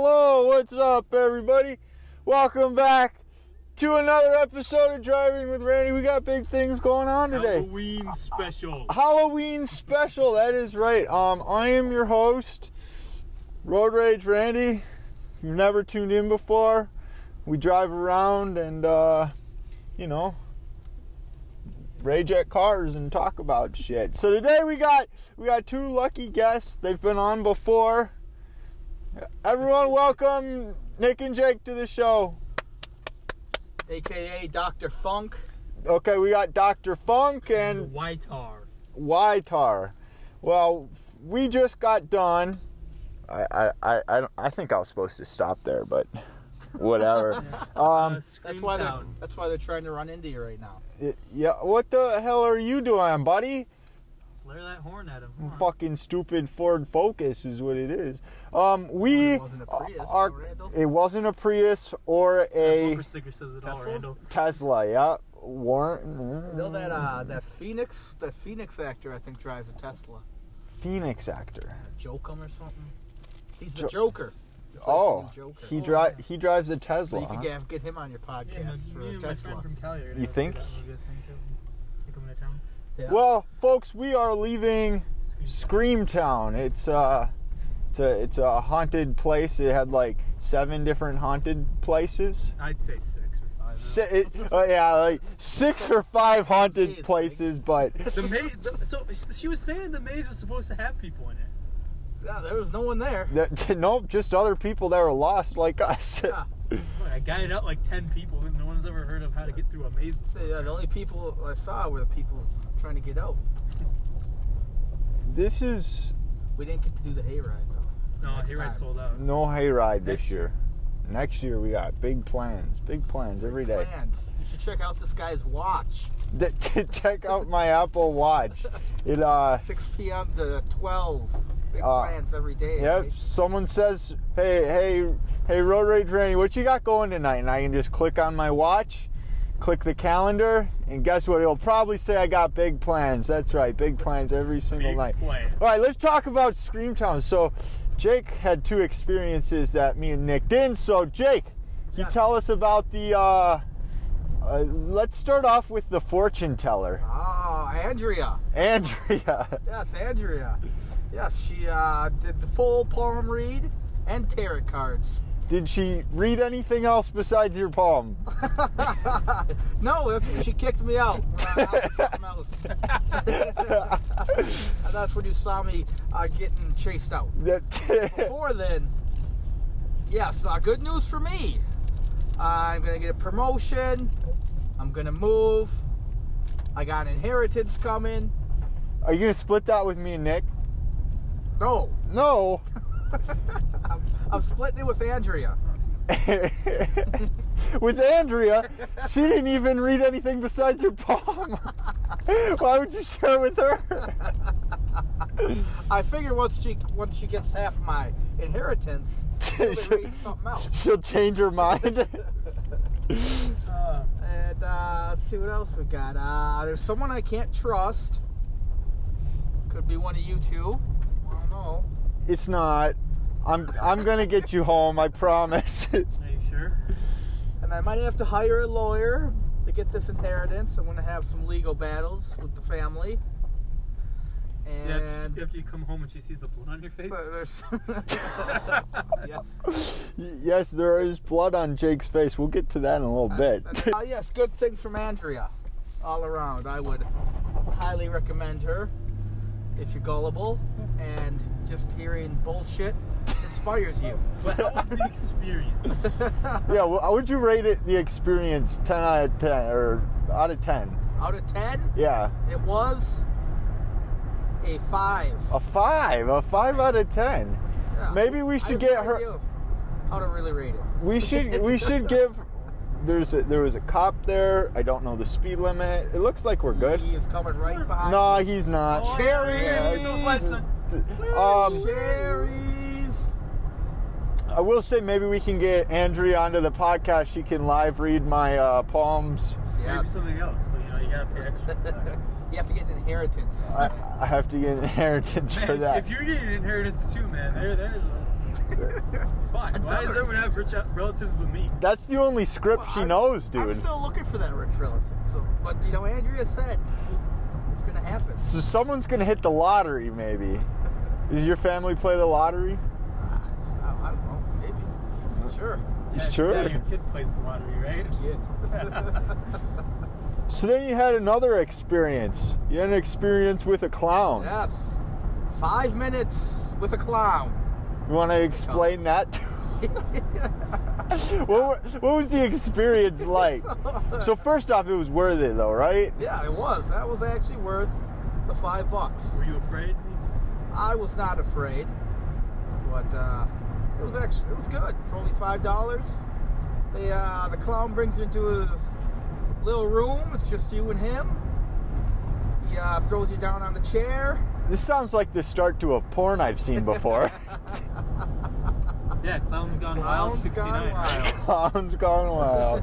What's up, everybody? Welcome back to another episode of Driving with Randy. We got big things going on today. Halloween special. Halloween special. That is right. Um, I am your host, Road Rage Randy. If you've never tuned in before, we drive around and uh, you know rage at cars and talk about shit. So today we got we got two lucky guests. They've been on before. Everyone, welcome Nick and Jake to the show. aka Dr. Funk. Okay, we got Dr. Funk The and White Tar. Ytar. Well, we just got done. I I I I, don't, I think I was supposed to stop there, but whatever. Uh, um, That's Scream why they're Town. that's why they're trying to run into you right now. y- yeah, what the hell are you doing, buddy? Blare that horn at him. Come on. Fucking stupid Ford Focus is what it is. Um, we It wasn't a Prius, are- though, Randall. it wasn't a Prius or That a bumper sticker says it all, Tesla? Randall. Tesla. Yeah, Warren mm, You know that uh, that Phoenix that Phoenix actor I think drives a Tesla. Phoenix actor. Jokum or something. He's the Jo- Joker. He plays Oh, the Joker. he drive he drives a Tesla. So you could huh? get, get him on your podcast Yeah, and for me a and my friend Tesla. from Cali are gonna You go think? do that. We'll go think of- think I'm gonna town. Yeah. Well, folks, we are leaving Scream Scream Town. It's uh it's a it's a haunted place. It had like seven different haunted places. Town. I'd say six or five. Si- it, oh, yeah, like six or five haunted Jeez, like- places, but the maze. The, so she was saying the maze was supposed to have people in it. Yeah, there was no one there. th- nope, just other people that were lost like us. Yeah. Look, I guided out like ten people. No one's ever heard of how to get through a maze. before. The, uh, the only people I saw were the people trying to get out. This is We didn't get to do the hayride though. No, Next here time. it's sold out. no hayride this Next year. Next year we got big plans, big plans every day. Plans. You should check out this guy's watch. Th- to check out my Apple Watch. It uh 6 p.m. to 12. Big Uh, plans every day. eh? Yep. Someone says, "Hey, hey, hey, Road Rage Randy, what you got going tonight?" And I can just click on my watch, click the calendar, and guess what? It'll probably say I got big plans. That's right, big plans every single Big night. plan. All right, let's talk about Screamtown. So, Jake had two experiences that me and Nick did. So, Jake, can you Yes. tell us about the? Uh, uh, let's start off with the fortune teller, Ah, Andrea. Andrea. Yes, Andrea. Yes, she uh, did the full palm read and tarot cards. Did she read anything else besides your poem? No, that's when she kicked me out. When I asked something else. and that's when you saw me uh, getting chased out. That- Before then, yes, uh, good news for me. I'm gonna get a promotion. I'm gonna move. I got an inheritance coming. Are you gonna split that with me and Nick? No, No. I'm splitting it with Andrea. with Andrea, she didn't even read anything besides her poem. Why would you share with her? I figure once she once she gets half of my inheritance, she'll read something else. She'll change her mind. Uh, And uh, let's see what else we got. Uh, there's someone I can't trust. Could be one of you two. I don't know. it's not. I'm I'm gonna get you home. I promise. are you sure? And I might have to hire a lawyer to get this inheritance. I'm gonna have some legal battles with the family. Yeah. And after- After you come home and she sees the blood on your face. but there's yes. yes, there is blood on Jake's face. We'll get to that in a little bit. Uh, yes, good things from Andrea. All around. I would highly recommend her if you're gullible and just hearing bullshit inspires you. But how was the experience? yeah. Well, how would you rate it? The experience, ten out of ten, or out of ten? Out of 10, Yeah. it was a 5. A five, a five out of ten. Yeah. Uh, Maybe we I should have get no her. idea How to really rate it. We should we should give. There's a, there was a cop there. I don't know the speed limit. It looks like we're good. He is coming right behind No, he's not. Oh, Cherries! yeah, yeah, those lights on- Um, Cherries! I will say maybe we can get Andrea onto the podcast. She can live read my uh, poems. Maybe Yes. something else, but you know, you gotta pay extra. for that. You have to get an inheritance. I, I have to get inheritance for Man, that. If you're getting inheritance too, man, there, there's a Why? Why does Another. everyone have rich relatives but me? That's the only script Well, she I'm- knows, dude. I'm still looking for that rich relative. So, but you know, Andrea said it's gonna happen. so someone's gonna hit the lottery, maybe. Does your family play the lottery? I, I don't know. Maybe. Sure. Yeah, Sure. Yeah, your kid plays the lottery, right? Kid. So then you had another experience. You had an experience with a clown. yes. Five minutes with a clown. You want to explain that? what, wa- what was the experience like? So first off, it was worth it though, right? Yeah, it was. That was actually worth the five bucks. Were you afraid? I was not afraid, but uh, it was actually it was good for only five dollars. The uh, the clown brings you into his little room. It's just you and him. He uh, throws you down on the chair. This sounds like the start to a porn I've seen before. Yeah, Clown's Gone Wild Clown's 69. gone right? wild. Clowns gone wild.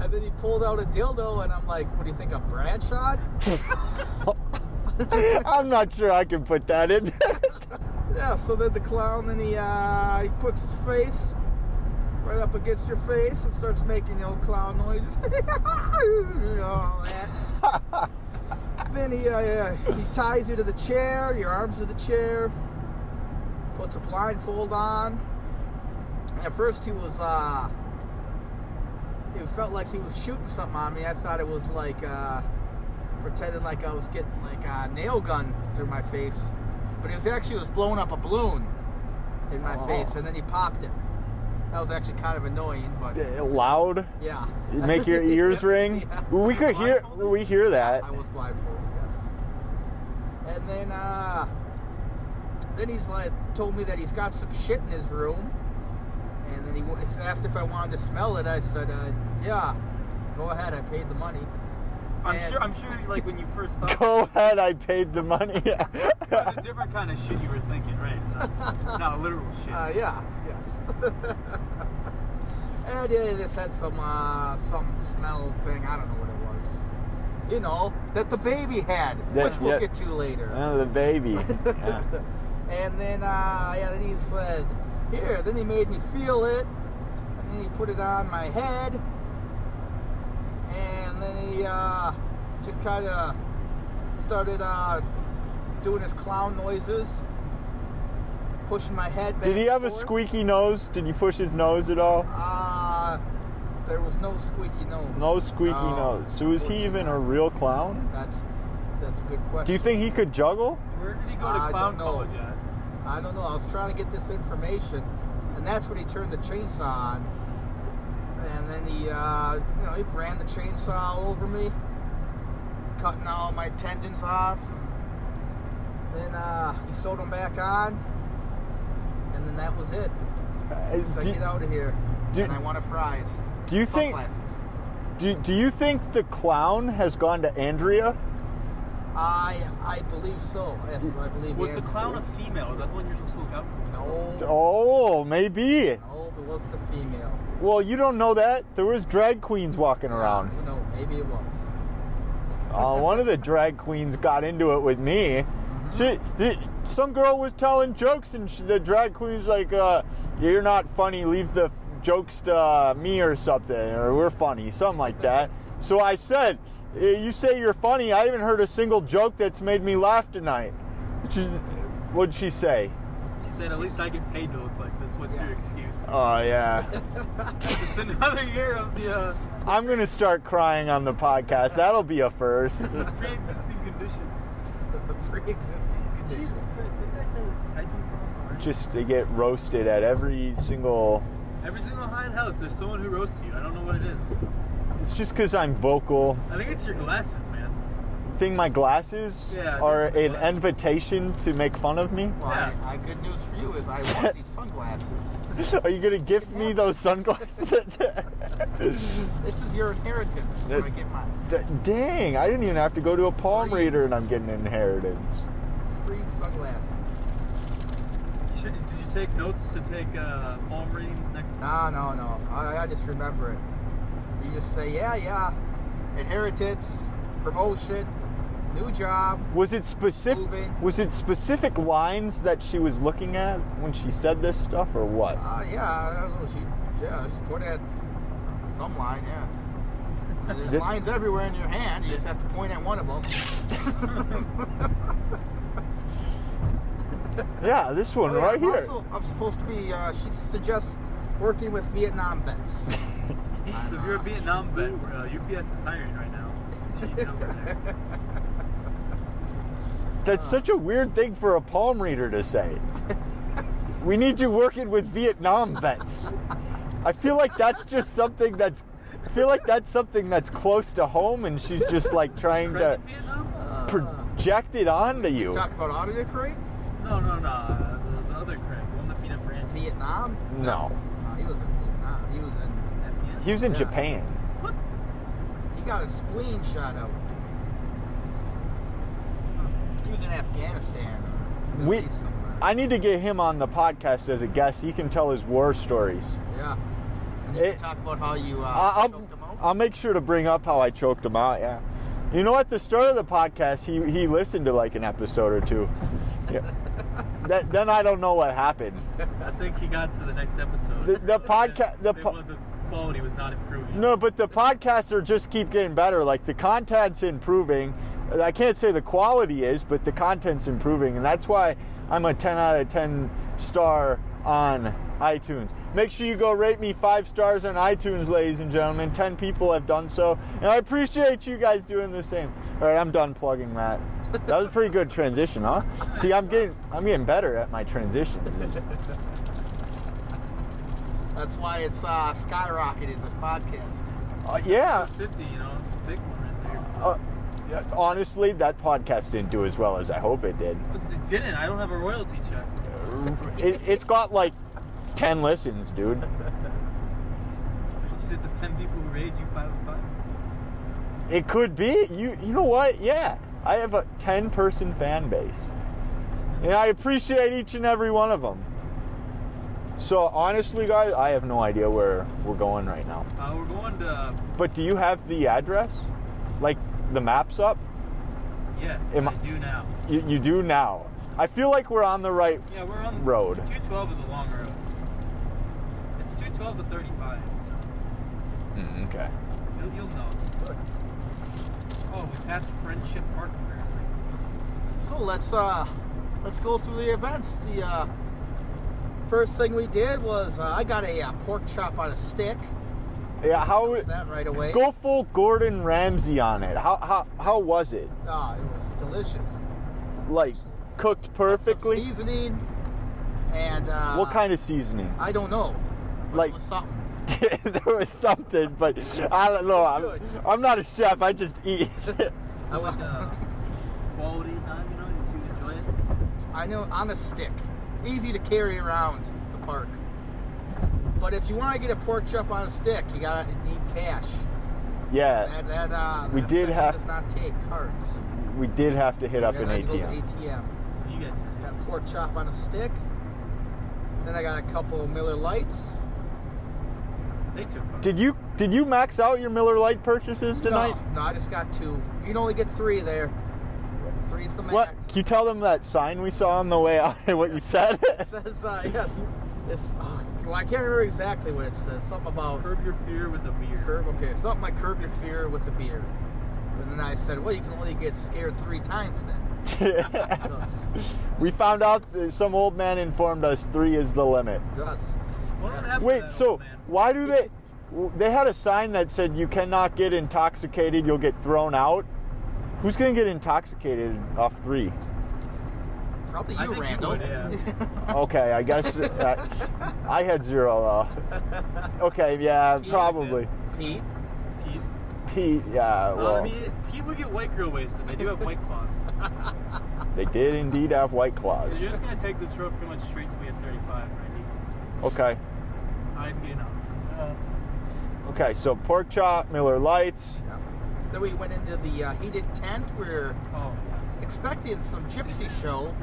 And then he pulled out a dildo, and I'm like, "What do you think, a Bradshaw?" I'm not sure I can put that in. Yeah. So then the clown, then he uh, he puts his face right up against your face and starts making the old clown noises. You know, all that. then he uh, he ties you to the chair, your arms to the chair, puts a blindfold on. At first, he was uh, it felt like he was shooting something on me. I thought it was like uh, pretending like I was getting like a nail gun through my face, but it was actually it was blowing up a balloon in my Oh. face, and then he popped it. That was actually kind of annoying, but Loud. yeah. You make your ears ring. Yeah. We could hear. We hear that. I was blindfolded, yes. And then, uh, then he's like, told me that he's got some shit in his room. And then he wa- he asked if I wanted to smell it. I said, uh, yeah, go ahead. I paid the money. I'm And- sure. I'm sure. Like when you first thought, it Go ahead. I paid the money. was a different kind of shit you were thinking, right? Not, not literal shit. Uh, yeah, yes. and yeah, it just had some, uh, some smell thing. I don't know what it was. You know, that the baby had, That- which we'll yeah. get to later. oh, the baby. Yeah. And then, uh, yeah, then he said, here. Then he made me feel it. And then he put it on my head. And then he, uh, just kind of started, uh, doing his clown noises. Pushing my head back Did he and have a forth. squeaky nose? Did he push his nose at all? Uh, there was no squeaky nose. No squeaky No, nose. So is he even a unfortunately real clown? not. That's, that's a good question. Do you think he could juggle? Where did he go to I clown don't know. college at? I don't know. I was trying to get this information, and that's when he turned the chainsaw on. And then he, uh, you know, he ran the chainsaw all over me, cutting all my tendons off. Then uh, he sewed them back on, and then that was it. Uh, So Do, get out of here, do- and I won a prize. do you Pump think Glasses. do, do you think the clown has gone to Andrea? I I believe so. Yes, I believe. Was he the had- clown a female? Is that the one you're supposed to look out for? No, Oh, maybe. no, it wasn't a female. Well, you don't know that. There was drag queens walking around. No, maybe it was. Uh, one of the drag queens got into it with me. She, she- some girl was telling jokes, and she, the drag queen was like, uh, "You're not funny. Leave the f- jokes to uh, me or something, or we're funny, something like that." So I said, "Eh, "You say you're funny. I haven't heard a single joke that's made me laugh tonight." She, what'd she say? She said, "At least I get paid to look like this. What's Yeah. your excuse?" Oh yeah, It's another year of the uh, I'm gonna start crying on the podcast. That'll be a first. pre-existing condition. pre-existing condition. Jesus Christ! that guy has- I do- Just to get roasted at every single. Every single high house, there's someone who roasts you. I don't know what it is. It's just because I'm vocal. I think it's your glasses, man. think my glasses Yeah, I think are it's the an glasses. invitation to make fun of me? Well, Yeah. I, I, good news for you is I want these sunglasses. Are you gonna gift me those sunglasses? This is your inheritance when I get mine. D- Dang, I didn't even have to go to a palm Free. reader and I'm getting inheritance. Screen sunglasses. You should, did you take notes to take uh, palm readings next time? No, no, no. I, I just remember it. You just say, yeah, yeah. Inheritance, promotion, New job. Was it specific? Moving. Was it specific lines that she was looking at when she said this stuff, or what? Uh, yeah, I don't know. She, yeah, she pointed at some line, yeah. And there's Did- lines everywhere in your hand. You just have to point at one of them. Yeah, this one right here. Also, Oh, I'm supposed to be. Uh, she suggests working with Vietnam vets. So if you're a Vietnam vet, uh, UPS is hiring right now. Gee, over there. That's such a weird thing for a palm reader to say. we need you working with Vietnam vets. I feel like that's just something that's. I feel like that's something that's close to home, and she's just like trying Craig to in Vietnam? project it onto you. Talk about auditor crate. No, no, no. uh, The, the other Craig, the one that beat up Randy. Vietnam. No, No, he was in Vietnam. He was in. at the end. he was in Yeah. Japan. What? He got his spleen shot out. He was in Afghanistan. or Middle We- East somewhere. I need to get him on the podcast as a guest. He can tell his war stories. yeah. And you It- talk about how you uh, I- I'll, choked him out. I'll make sure to bring up how I choked him out. Yeah. You know, at the start of the podcast, he, he listened to like an episode or two. Yeah. that, then I don't know what happened. I think he got to the next episode. The- the podca- the They- po- the quality was not improving. No, but the podcasts are just keep getting better. Like the content's improving. I can't say the quality is, but the content's improving, and that's why I'm a 10 out of 10 star on iTunes. Make sure you go rate me five stars on iTunes, ladies and gentlemen. 10 people have done so, and I appreciate you guys doing the same. All right, I'm done plugging that. That was a pretty good transition, huh? See, I'm getting I'm getting better at my transitions. That's why it's uh, skyrocketed this podcast. Uh, yeah. 50, you know, big one right there. Uh, yeah, honestly, that podcast didn't do as well as I hope it did. But it didn't. I don't have a royalty check. It, it's got like 10 listens, dude. You said the 10 people who rated you oh 5 of 5? It could be. You you know what? Yeah. I have a 10 person fan base. And I appreciate each and every one of them. So, honestly, guys, I have no idea where we're going right now. Uh, we're going to. But do you have the address? Like the maps up? Yes, Am I I- do now. You, you do now. I feel like we're on the right. Yeah, we're on. Road. 212 is a long road. It's 212 to 35, so Mm, okay. you'll, you'll know. Oh, we passed Friendship Park apparently. So let's uh let's go through the events. The uh, first thing we did was uh, I got a uh, pork chop on a stick. Yeah, how. That's that right away. Go full Gordon Ramsay on it. How how how was it? Ah, it was delicious. Like cooked Some perfectly? seasoning and uh, What kind of seasoning? I don't know. But Like- it was something. there was something, but I don't know. I'm, I'm not a chef. I just eat. I, Like wa- uh, quality time, you know, you enjoy it. I know on a stick, easy to carry around the park. But if you want to get a pork chop on a stick, you gotta need cash. yeah, That, that uh, We that did section have- does not take cards. we did have to hit up Yeah, an I had to go to ATM. ATM. You guys are Got a pork chop on a stick. Then I got a couple Miller Lights. They took part. Did you did you max out your Miller Lite purchases tonight? No, no, I just got two. You can only get three there. Three's the max. What? Can you tell them that sign we saw on the way out and what you said? It says uh, yes. It's uh, well, I can't remember exactly what it says. Something about Curb your fear with a beer. curb. Okay, something like curb your fear with a beer. But then I said, well, you can only get scared three times then. Thus, we found out that some old man informed us three is the limit. thus. What happened to Wait, that so old man? why do they? They had a sign that said you cannot get intoxicated; you'll get thrown out. Who's gonna get intoxicated off three? Probably I you, think Randall. you would, yeah. Okay, I guess that, I had zero though. Okay, yeah, probably. Pete. Pete. Pete, yeah, Well, I well, mean, Pete would get white girl wasted. They do have white claws. they did indeed have white claws. So you're just gonna take this road pretty much straight till we hit 35, Randy. Okay, I'm getting off. Uh, okay, so pork chop, Miller Lights. Yeah. Then we went into the uh, heated tent where oh, yeah. expecting some gypsy show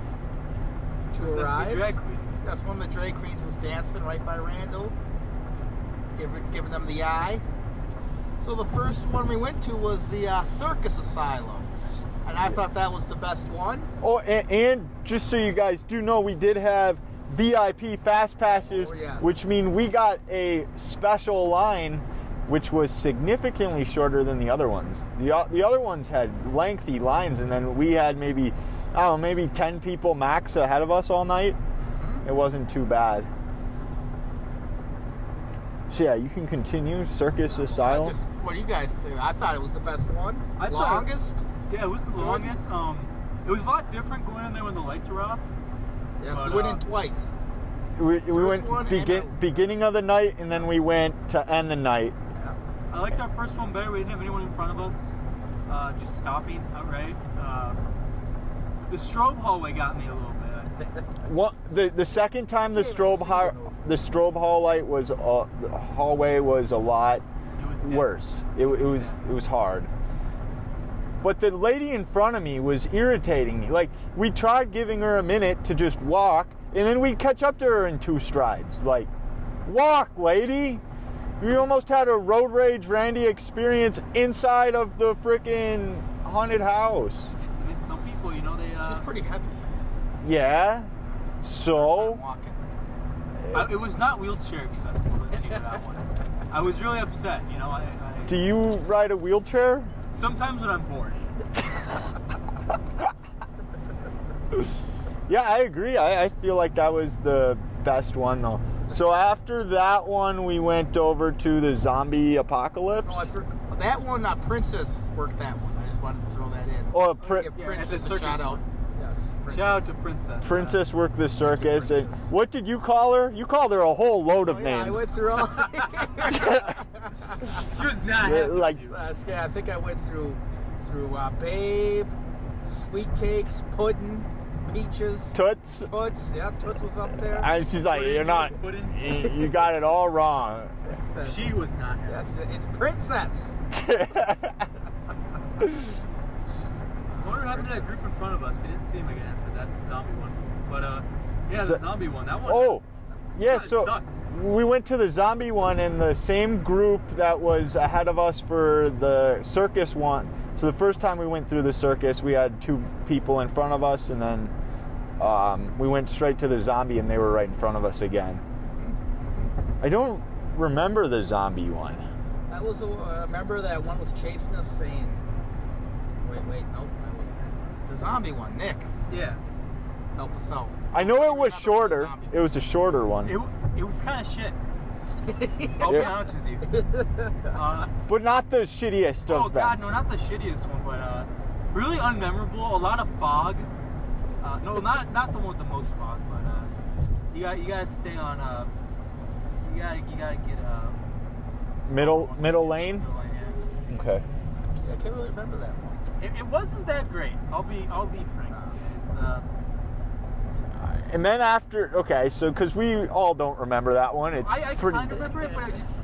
That's to the arrive. drag queens. That's when the drag queens was dancing right by Randall, giving giving them the eye. So the first one we went to was the uh, circus asylum. and I thought that was the best one. Oh, and, and just so you guys do know, we did have VIP fast passes, Oh, yes. which mean we got a special line, which was significantly shorter than the other ones. The o- the other ones had lengthy lines, and then we had maybe, I don't know, maybe ten people max ahead of us all night. Mm-hmm. It wasn't too bad. So yeah, you can continue Circus I Asylum. just, what do you guys think? I thought it was the best one. I thought- Longest? Yeah, it was the longest. Um, it was a lot different going in there when the lights were off. yes, but, we went uh, in twice. we we First one went and begin, out. beginning of the night, and then we went to end the night. I liked our first one better. We didn't have anyone in front of us. Uh, just stopping outright. Uh, the strobe hallway got me a little bit. I think. One, the the second time the Can't even strobe see hall, those. the strobe hall light was uh, the hallway was a lot It was dead. worse. It, it was it was hard. But the lady in front of me was irritating me. Like we tried giving her a minute to just walk, and then we'd catch up to her in two strides. Like, walk, lady. We almost had a road rage Randy experience inside of the freaking haunted house. It's, I mean, some people, you know, they. Uh, She's pretty heavy. Yeah. So. I'm walking. I, Uh, it was not wheelchair accessible. the ending of that one. I was really upset. You know, I, I, Do you ride a wheelchair? sometimes when I'm bored. Yeah, I agree. I, I feel like that was the best one though. So after that one, we went over to the zombie apocalypse. Oh, I threw, that one, not Princess, worked that one. I just wanted to throw that in. Oh, Give Pri- Yeah, at Princess the a circus shout out. Yes, Princess. Shout out to Princess. Princess worked the circus, and Princess. what did you call her? You called her a whole load of Oh, yeah, I names. went through all. She was not Yeah, happy. like- with you. Last day, I think I went through through uh, Babe, Sweet Cakes, Puddin', Peaches, Toots. Toots. Yeah, Toots was up there. And she's like, Pudding, "You're not. pudding. You you got it all wrong." That's, uh, she was not happy. that's, it's Princess. I wonder what happened to that group in front of us. We didn't see him again after that zombie one. But uh, yeah, So- the zombie one. That one. Oh, yeah. Kinda So sucked. we went to the zombie one, and the same group that was ahead of us for the circus one. So the first time we went through the circus, we had two people in front of us, and then um, we went straight to the zombie, and they were right in front of us again. I don't remember the zombie one. That was. the one- I remember that one was chasing us, saying, "Wait, wait, nope, that wasn't that." The zombie one, Nick, Yeah. help us out. I know it remember was the shorter. zombie It was a shorter It, one, w- it was kind of shit. I'll be Yeah. honest with you. Uh, but not the shittiest oh of god, them. no, not the shittiest one, but uh, really unmemorable. A lot of fog. Uh, no, not not the one with the most fog, but uh, you got you gotta stay on. Uh, you gotta you gotta get uh, Middle middle lane. middle lane, yeah. Okay. I can't really remember that one. It, it wasn't that great. I'll be I'll be frank. It's uh, And then after, okay, so because we all don't remember that one, it's I, I pretty. kind of remember it, but I just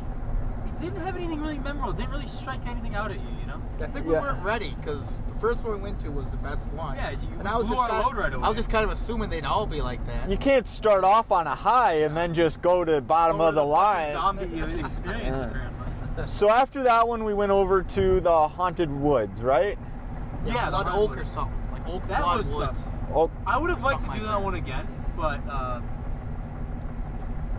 it didn't have anything really memorable. It didn't really strike anything out at you, you know. I think Yeah. we weren't ready because the first one we went to was the best one. Yeah, you- and I was we just blew our kind load right I away. was just kind of assuming they'd all be like that. you can't start off on a high and then just go to bottom Over of the, fucking line. Zombie experience, Yeah. apparently. So after that one, we went over to the haunted woods, right? Yeah, blood the oak hardwood. or something like oak That blood was the- woods. Oh, I would have liked to Something do like that that. one again, but uh,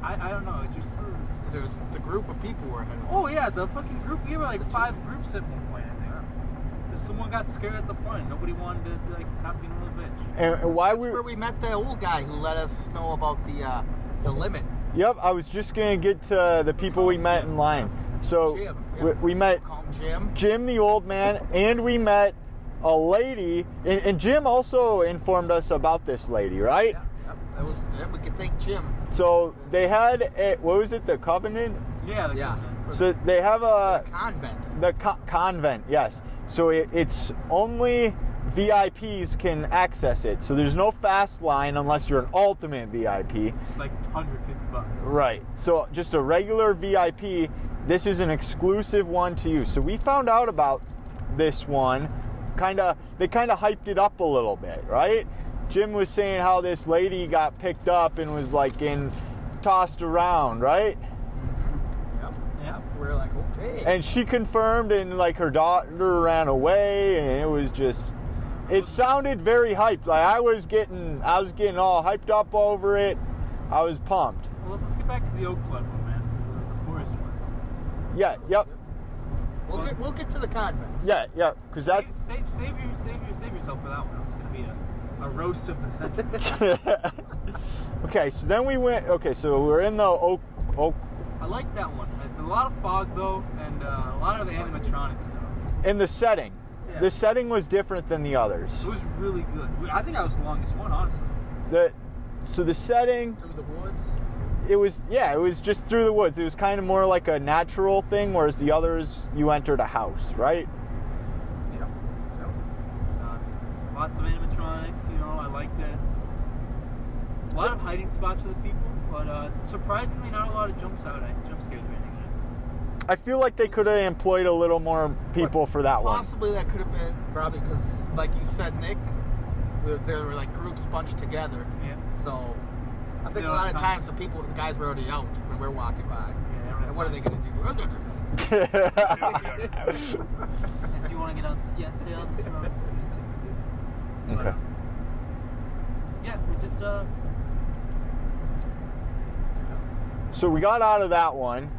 I I don't know. It just was, 'Cause There was the group of people were ahead of us. oh yeah, the fucking group. We were like five groups at one point. I think. Someone got scared at the front. Nobody wanted to like stop being a little bitch. and and why we? That's where we met that old guy who let us know about the uh, the limit. Yep, I was just gonna get to the people we met in line. So Jim, yeah. we, we met Call him Jim. Jim the old man, and we met a lady, and, and Jim also informed us about this lady, right? Yeah, yep, that was yeah, we could thank Jim. So they had a, what was it, the Covenant? Yeah, the Yeah, So they have a convent. The co- convent, yes. So it, it's only VIPs can access it. So there's no fast line unless you're an ultimate VIP. It's like 150 bucks. Right. So just a regular VIP, this is an exclusive one to you. So we found out about this one. Kind of they kind of hyped it up a little bit, right? Jim was saying how this lady got picked up and was like in tossed around, right? Yep, Yeah. yep. We are like, okay. and she confirmed and like her daughter ran away and it was just it sounded very hyped. Like I was getting, I was getting all hyped up over it. I was pumped. Well, let's, let's get back to the Oak Blood one, man. 'cause, uh, The forest one. Yeah, yep, We'll get we'll get to the convent. yeah, yeah. Because that, save, save, save, your, save, your, save yourself for that one. It's gonna be a, a roast of the century. okay. So then we went. Okay, so we're in the oak, oak, I like that one. A lot of fog though, and uh, a lot of animatronic stuff. in the setting. Yeah. The setting was different than the others. It was really good. I think that was the longest one, honestly. The, so the setting, Through the woods. it was yeah, it was just through the woods. It was kind of more like a natural thing, whereas the others, you entered a house, right? Yeah. Uh, lots of animatronics, you know. I liked it. A lot of hiding spots for the people, but uh, surprisingly, not a lot of jumps out, jump scares or anything. I feel like they could have employed a little more people for that one. Possibly that could have been probably because, like you said, Nick, we- there were like groups bunched together. Yeah. So I think Yeah, a lot of time. times the people, the guys were already out when we're walking by. they don't have and what are they going to do? Oh, Yes, you want to get on? Yes, stay on this road. It's 62. But, Okay. uh, yeah, we just uh, So we got out of that one.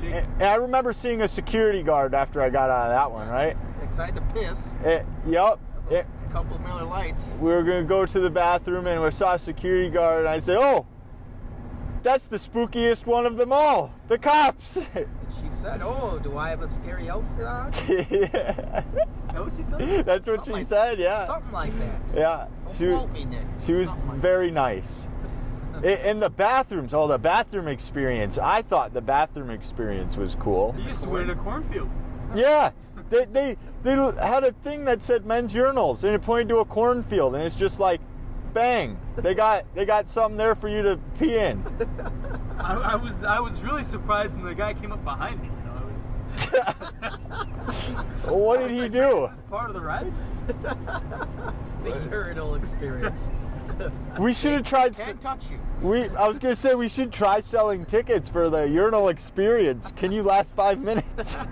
Jake. And and I remember seeing a security guard after I got out of that one, right? Excited to piss. It, yep. Those It, couple Miller Lights. we were going to go to the bathroom and we saw a security guard and I said, "Oh, that's the spookiest one of them all. The cops." And she said, "Oh, do I have a scary outfit on?" Is that what she said? That's what Something she like- said, yeah. Something like that. Yeah. Don't She, quote me, Nick. she was Something like very nice. I- In the bathrooms, oh, the bathroom experience. I thought the bathroom experience was cool. You just went in a cornfield. Yeah, they, they they had a thing that said men's urinals, and it pointed to a cornfield, and it's just like, bang, they got they got something there for you to pee in. I, I was I was really surprised when the guy came up behind me. You know, I was, Well, what did he do? it's part of the ride. the urinal experience. We should have tried. s- Can't touch you. We I was gonna say we should try selling tickets for the urinal experience. Can you last five minutes?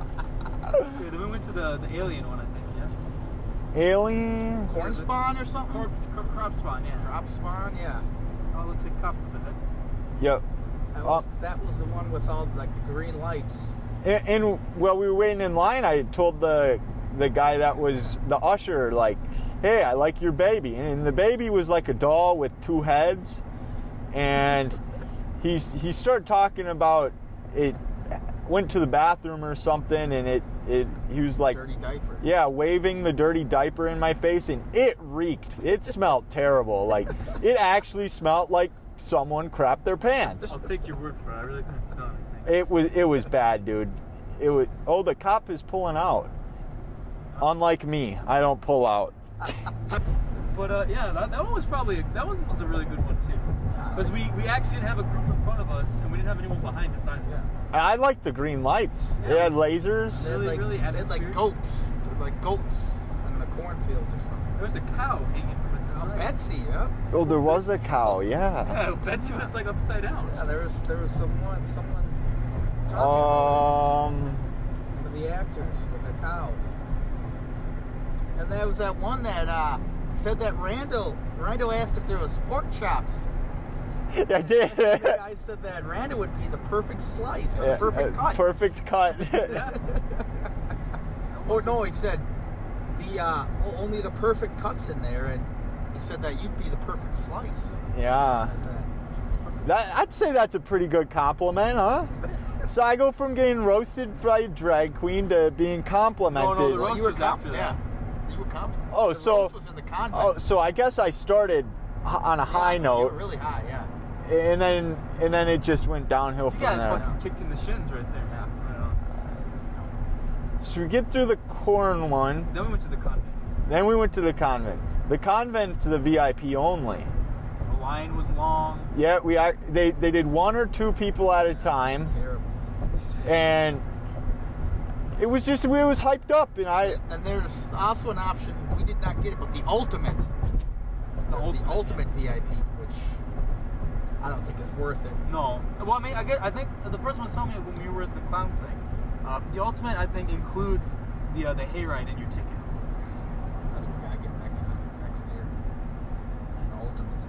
Yeah, then we went to the, the alien one, I think. Yeah, Alien. Corn spawn or something. corp, crop, crop spawn. Yeah. Crop spawn. Yeah. Oh, looks like cops up ahead. Yep. That Oh. was, that was the one with all like the green lights. And, and while we were waiting in line, I told the the guy that was the usher, like, "Hey, I like your baby," and the baby was like a doll with two heads, and he he started talking about it. Went to the bathroom or something, and it it he was like, Dirty diaper. yeah, waving the dirty diaper in my face, and it reeked. It smelled terrible. Like it actually smelled like someone crapped their pants. I'll take your word for it. I really couldn't smell anything. It was it was bad, dude. It was oh the cop is pulling out. Unlike me, I don't pull out. But uh, yeah, that, that one was probably that one was a really good one too, because we, we actually didn't have a group in front of us and we didn't have anyone behind us either. Yeah. And I like the green lights. They had lasers. They had, Really, like, really they had, atmospheric. like goats. They're like goats in the cornfield or something. There was a cow hanging from its Oh, side. Betsy, yeah. Oh, there was a cow. Yeah. Yeah, Betsy was like upside down. Yeah, there was there was someone someone Uh, talking Um. to the actors with the cow. And there was that one that uh, said that Randall Randall asked if there was pork chops. I did. And the guy said that Randall would be the perfect slice or the perfect Uh, cut. Perfect cut. Yeah. oh no, he said the uh, o- only the perfect cuts in there, and he said that you'd be the perfect slice. yeah. And that- That, I'd say that's a pretty good compliment, huh? So I go from getting roasted by a drag queen to being complimented. No, no, the roast- you were was after comp- yeah. You were comp. Oh, the so- roast was in the convent. oh, so I guess I started h- on a high You note. were really high, yeah. and then and then it just went downhill You from got there. fucking kicked in the shins right there. Yeah. You know. So we get through the corn one, Then we went to the convent. then we went to the convent. The convent to the VIP only. The line was long. Yeah, we act- they they did one or two people at a time, Terrible. and it was just we was hyped up, and I And there's also an option we did not get it, but the ultimate. The, ultimate, the ultimate VIP, which I don't think is worth it. No. Well, I mean, I guess I think the person was telling me when we were at the clown thing. Uh, the ultimate, I think, includes the uh, the hayride in your ticket. That's what we gotta get next time, next year. The ultimate.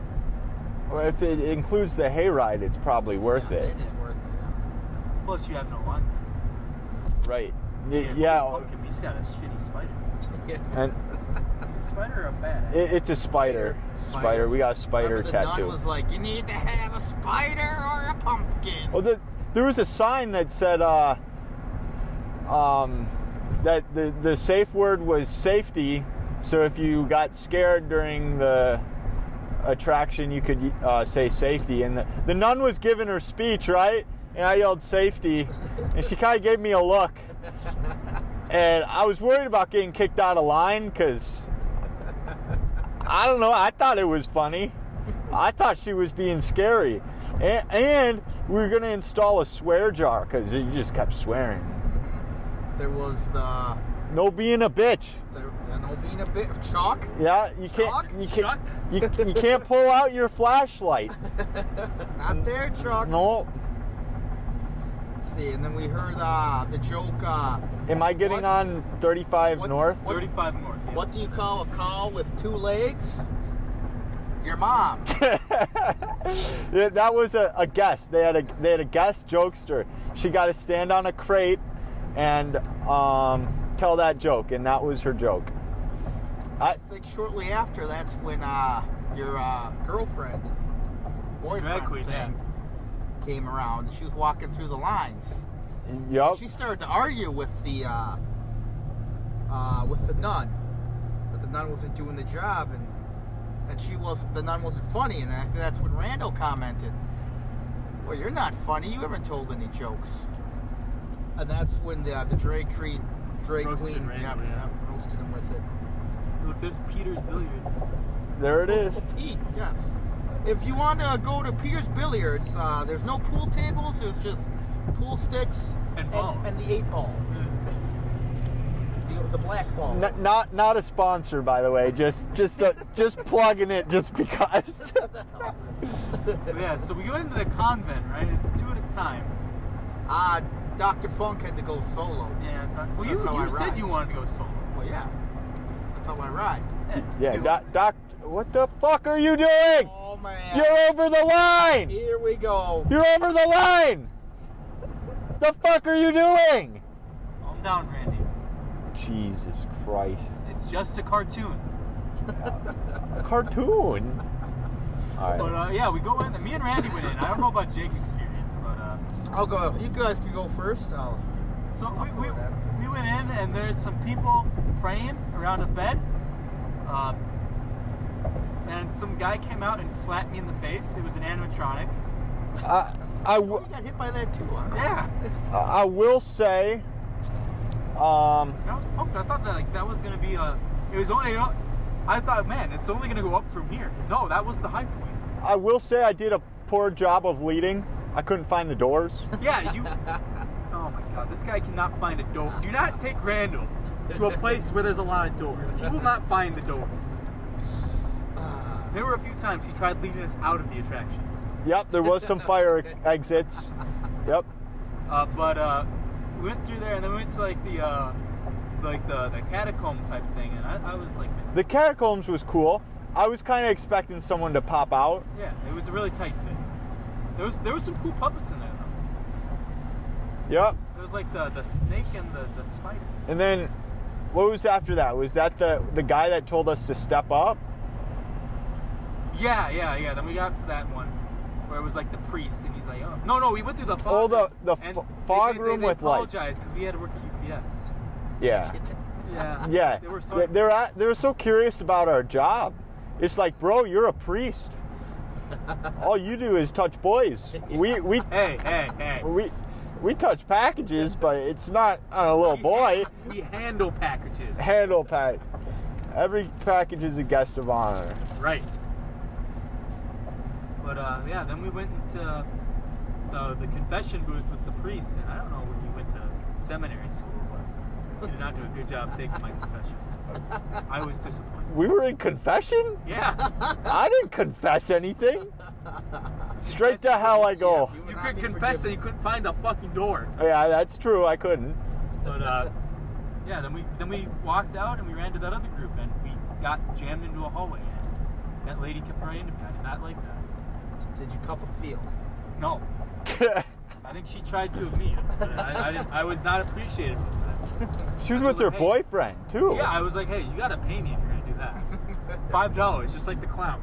Or if it includes the hayride, it's probably worth Yeah, it. It is worth it. Yeah. Plus, you have no line. Right. man. Y- Yeah. Pumpkin, we just got a shitty spider. yeah. And Is it spider or bat? it, it's a spider. Spider. We got a spider Remember the nun tattoo. was like, you need to have a spider or a pumpkin. Well, Oh, the, there was a sign that said uh, um, that the, the safe word was safety. So if you got scared during the attraction, you could uh, say safety. And the, the nun was giving her speech, right? And I yelled safety. And she kind of gave me a look. And I was worried about getting kicked out of line because I don't know. I thought it was funny. I thought she was being scary, and, and we were gonna install a swear jar because you just kept swearing. There was the No being a bitch. there, and there'll be a bit of chalk. Yeah, you can't. Chuck? You Chuck? can't. You, you can't pull out your flashlight. Not there, chalk. No. Let's see, and then we heard uh, the joke. Uh, Am I getting What? on 35 what, north? What, 35 north. Yeah. what do you call a cow with two legs? Your mom. Yeah, that was a, a guest. They had a they had a guest jokester. She got to stand on a crate and um, tell that joke, and that was her joke. I think shortly after that's when uh, your uh, girlfriend, boyfriend Drag queen, thing came around. She was walking through the lines. Yup. She started to argue with the uh, uh, with the nun that the nun wasn't doing the job and and she was the nun wasn't funny. And I think that's when Randall commented, "Well, you're not funny. You haven't told any jokes." And that's when the, the Dre Creed, Dre Roasted Queen, Randall, yeah, yeah. yeah, roasted him with it. Look, there's Peter's Billiards. There it is. Pete, yes. If you want to go to Peter's Billiards, uh, there's no pool tables. There's just pool sticks And balls. and, the eight ball, the, the black ball. N- not not a sponsor, by the way. Just just uh, just plugging it just because. yeah, so we go into the convent, right? It's two at a time. Ah, Dr. Funk had to go solo. And uh, well, That's how you, I you said ride. you wanted to go solo. Well, yeah, that's how I ride. yeah, doc, doc. What the fuck are you doing? Oh man, You're over the line. here we go. You're over the line. The fuck are you doing? Calm down, Randy. Jesus Christ! It's just a cartoon. A cartoon. All But right. uh, yeah, we go in. Me and Randy went in. I don't know about Jake's experience, but uh, I'll go. You guys can go first. I'll. so we, we, follow that. we went in and there's some people praying around a bed. Uh, and some guy came out and slapped me in the face. It was an animatronic. I, I, w- You got hit by that too. Huh? Yeah, I will say, um, And I was pumped. I thought that like that was gonna be a. It was only. You know, I thought, man, it's only gonna go up from here. No, that was the high point. I will say I did a poor job of leading. I couldn't find the doors. Yeah, you. Oh my god, this guy cannot find a door. Do not take Randall to a place where there's a lot of doors. He will not find the doors. There were a few times he tried leading us out of the attraction. Yep, there was some fire exits. Yep. Uh, but uh, we went through there and then we went to like the uh, like the, the catacomb type thing, and I, I was like, man, The catacombs was cool. I was kind of expecting someone to pop out. yeah, it was a really tight fit. There was there was some cool puppets in there though. Yep. There was like the, the snake and the, the spider. And then what was after that? Was that the the guy that told us to step up? Yeah, yeah, yeah. Then we got to that one where it was like the priest, and he's like, "Oh, no, no, we went through the fog." Oh, the- the and fo- fog room with lights. Apologize because we had to work at UPS. Yeah. Yeah, Yeah. They were Yeah, sorry. they're at, they're so curious about our job. It's like, bro, you're a priest. All you do is touch boys. We we hey, hey, hey. we we touch packages, but it's not on a little boy. We handle packages, Handle pack. Every package is a guest of honor. right? But uh, yeah, then we went into the the confession booth with the priest, and I don't know when you went to seminary school, but you did not do a good job taking my confession. I was disappointed. We were in confession? Yeah, I didn't confess anything. Straight to hell I go. will you not could be confess that forgiven. you couldn't find the fucking door. Yeah, that's true. I couldn't. But uh, yeah, then we then we walked out and we ran to that other group and we got jammed into a hallway. And that lady kept running into me. I did not like that. Did you cup a field? No, I think she tried to of me. I, I, didn't, I was not appreciated. with that. she was with her Hey. boyfriend too. Yeah, I was like, hey, you gotta pay me if you're gonna do that. Five dollars, just like the clown.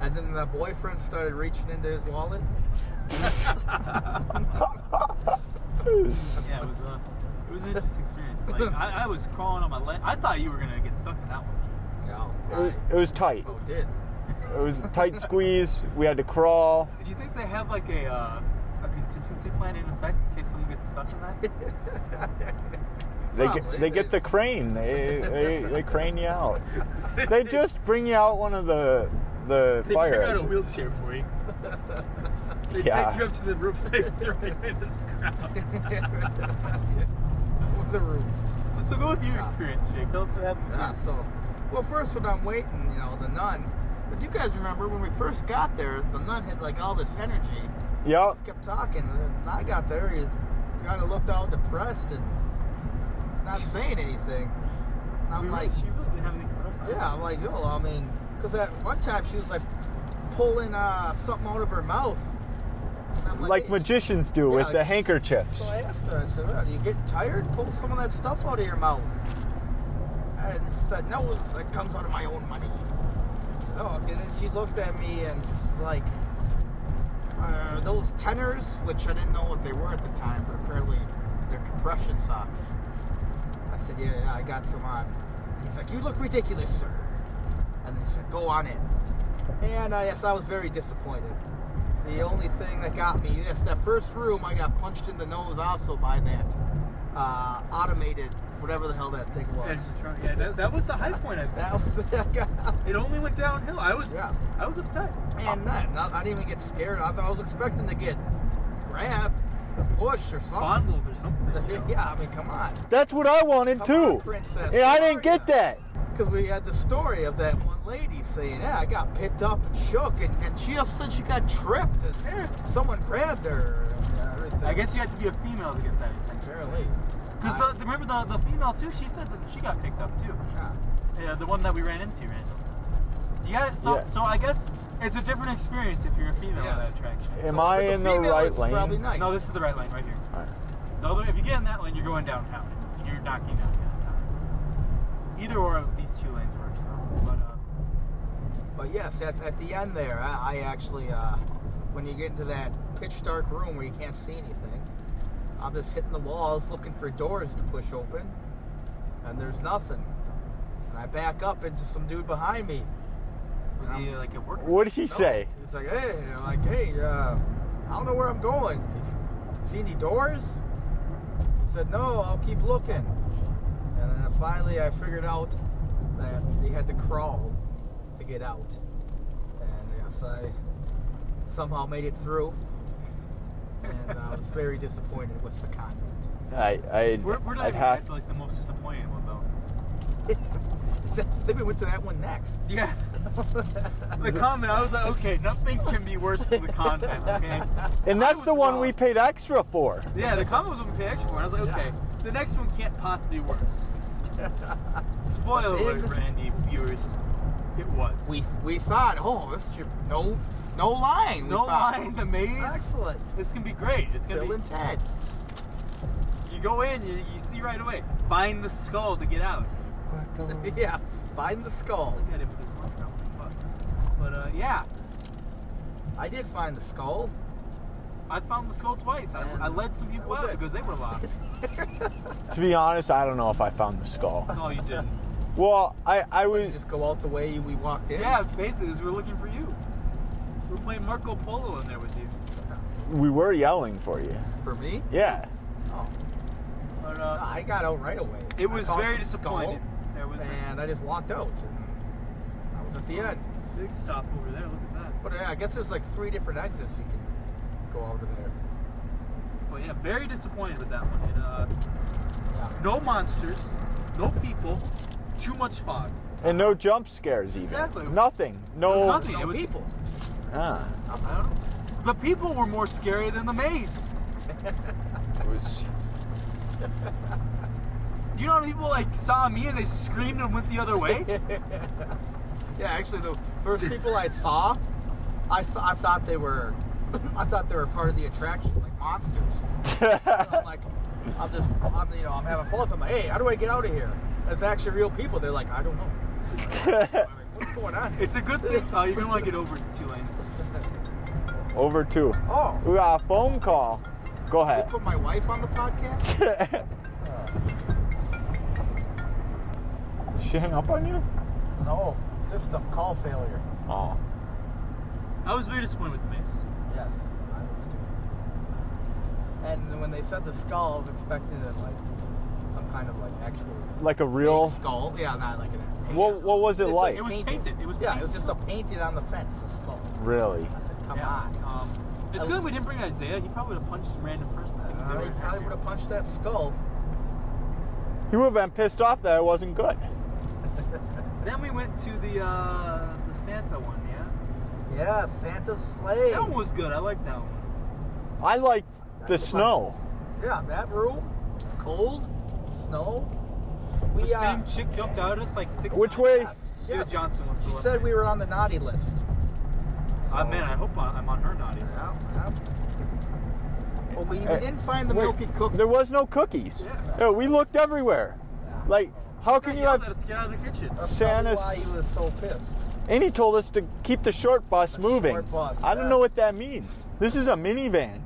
And then the boyfriend started reaching into his wallet. Yeah, it was a, it was an interesting experience. Like I, I was crawling on my leg. I thought you were gonna get stuck in that one. Jim. It No. was- it was tight. Oh, did. It was a tight squeeze. We had to crawl. Do you think they have like a uh, a contingency plan in effect in case someone gets stuck in that? They Probably. get, they get the crane. They, they they crane you out. They just bring you out one of the the They fire figure out a exits. wheelchair for you. They Yeah. take you up to the roof. They throw you into the crowd. With the roof. So, so go with your experience, Jake. Tell us what happened. Yeah, Ah, so, well, first when I'm waiting, you know, the nun, as you guys remember, when we first got there, the nun had like all this energy. Yep. Just kept talking. And then I got there, he kind of looked all depressed and not saying anything. And I'm We like, really- she really didn't have anything for us. I yeah, I'm like, yo, I mean, because at one time she was like pulling uh, something out of her mouth. And I'm Like "Hey." magicians do with Yeah, the it's- handkerchiefs. So I asked her, I said, "Well, do you get tired? Pull some of that stuff out of your mouth. And she said, no, it comes out of my own money. I said, oh, okay. Then she looked at me and she's like, are Uh, those tenors, which I didn't know what they were at the time, but apparently they're compression socks. I said, yeah, yeah, I got some on. And he's like, you look ridiculous, sir. And then he said, go on in. And uh, yes, I was very disappointed. The only thing that got me, yes, that first room, I got punched in the nose also by that uh, automated, whatever the hell that thing Yeah, was. just try- yeah, that, that was the high point. I think. That was I got, It only went downhill. I was Yeah. I was upset. man, not, not, I didn't even get scared. I thought I was expecting to get grabbed, pushed, or something. Fondled or something. you know? yeah, I mean, come on. That's what I wanted Come on, too. princess, and I where didn't are get ya? that. Because we had the story of that one lady saying, "Yeah, I got picked up and shook," and, and she just said she got tripped and Yeah. someone grabbed her. And, uh, everything. I guess you had to be a female to get that attention. apparently. Because the, the- remember the, the female too, she said that she got picked up too. Yeah. Yeah, the one that we ran into randomly. Yeah, so Yeah. so I guess it's a different experience if you're a female Yes. in that attraction. Am So, I but the in the female, right it's lane? Probably nice. No, this is the right lane right here. All right. The other, if you get in that lane, you're going downtown. You're not getting out of downtown. Either or of these two lanes works though. But uh, But yes, at, at the end there, I, I actually, uh, when you get into that pitch dark room where you can't see anything, I'm just hitting the walls looking for doors to push open, and there's nothing. And I back up into some dude behind me. was he like at work? What did he say? He's like, hey, and I'm like, hey, uh, I don't know where I'm going. He's, see any doors? He said, no, I'll keep looking. And then finally, I figured out that they had to crawl to get out. And yes, I somehow made it through. And I was very disappointed with the content. I I'd, We're, we're not I'd even have at, like the most disappointing one though. I think we went to that one next. Yeah. the comment, I was like, okay, nothing can be worse than the content, okay? and I that's was the one wrong. we paid extra for. Yeah, the comment was what we paid extra for. and I was like, okay, the next one can't possibly be worse. Spoiler alert, Randy, viewers. It was. We we thought, oh, this should no no line. We no thought. line, the maze. Excellent. This can be great. It's gonna Bill and Ted. be. You go in, you, you see right away. Find the skull to get out. yeah, find the skull. Look at him with his work now, what the fuck. But uh, yeah, I did find the skull. I found the skull twice. I, And I led some people that was out it. because they were lost. To be honest, I don't know if I found the skull. no, you didn't. Well, I I was Just go out the way we walked in. Yeah, basically, 'cause we're looking for you. We're playing Marco Polo in there with you. we were yelling for you. For me? Yeah. Oh, But, uh, I got out right away. it I was found very some skull, disappointing. There was and I just walked out. And I was at the end. a big stop over there. Look at that. But yeah, I guess there's like three different exits you can go out of there. But yeah, very disappointed with that one. And, uh, Yeah. no monsters, no people, too much fog. And no jump scares even. Exactly. Nothing. No. There's nothing. No It was- people. Ah, I don't know. The people were more scary than the maze. it was. do you know how many people like saw me and they screamed and went the other way? Yeah, actually, the first people I saw, I, th- I thought they were, I thought they were part of the attraction, like monsters. So I'm like, I'm just, I'm, you know, I'm having fun. with them. I'm like, hey, how do I get out of here? It's actually real people. They're like, I don't know. I'm like, What's going on? Here? It's a good thing. Oh, you're gonna want to get over to two lanes. Over two. Oh, We got a phone call. Go you ahead. put my wife on the podcast. she hang up on you? No, system call failure. Oh. I was very disappointed with the maze. Yes, I was too. And when they said the skull, I was expecting it like some kind of like actual Like a real. skull. Yeah, not like an. What, what was it It's like? like- It was Painted. painted. It was Yeah, painted. it was just a painted on the fence, a skull. really? I said, come Yeah, on. Um, it's good we didn't bring Isaiah. He probably would have punched some random person. I think he Uh, he did. probably would have punched that skull. He would have been pissed off that it wasn't good. Then we went to the uh, the Santa one. Yeah, Yeah, Santa's sleigh. that one was good. I like that one. I liked the That's snow. Yeah, that room. It's cold, snow. The We same uh, chick jumped out at us like six. Which times. way? yes, Dude, yes. Johnson wants She to said work. we were on the naughty list. Ah, man, I hope I- I'm on her naughty. list. Well, that's. Well, we, we Hey, didn't find the Wait, milky cookie. There was no cookies. Yeah. Yeah, we looked everywhere. Like, how Got can you yelled at have? us, Get out of the kitchen. That's probably Santa's- Why he was so pissed. And he told us to keep the short bus The moving. short bus, I don't know yes. what that means. This is a minivan.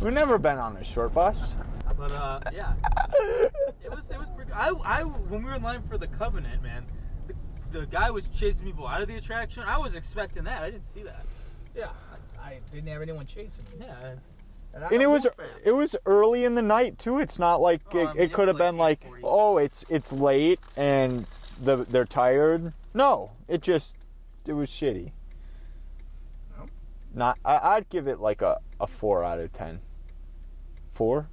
We've never been on a short bus. But uh, yeah, it was it was pretty. I I when we were in line for the Covenant, man, the, the guy was chasing people out of the attraction. I was expecting that. I didn't see that. Yeah, I, I didn't have anyone chasing me. Yeah. And, I'm And a it was Wolf fan. it was early in the night too. It's not like Oh, it, I mean, it could have it's like been like, 8:40. oh, it's it's late and the, they're tired. No, it just it was shitty. Well. Not I, I'd give it like a, a four out of ten. Four?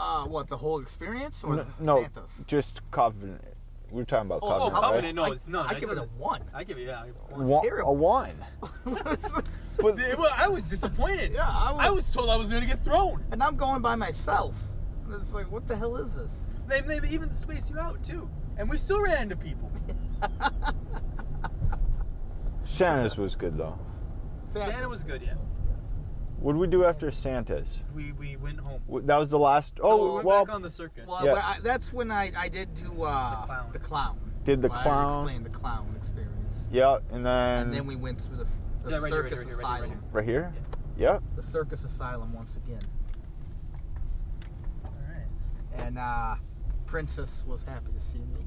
Uh, what the whole experience or N- the no, Santa's? just covenant. We're talking about Oh, covenant. oh, right? Covenant, no, I- it's none. I It give it a doesn't- one. I give it yeah. I give it one. Wa- terrible. a one. But See, well, I was disappointed. Yeah, I was- I was told I was gonna get thrown. and I'm going by myself. And It's like, what the hell is this? They, they even space you out too, and we still ran into people. Santa's was good though. Santa. Santa was good, yeah. What did we do after Santa's? We we went home. W- That was the last. we Oh went well, back on the circus. Well, Yeah. when I, that's when I, I did do uh, The clown. The clown. Did the Well, I clown. explained the clown experience. yeah, and then, And then we went through the, the Yeah, right here, right circus here, right here, right asylum. here. right here. Yep. The circus asylum once again. All right. And uh, Princess was happy to see me.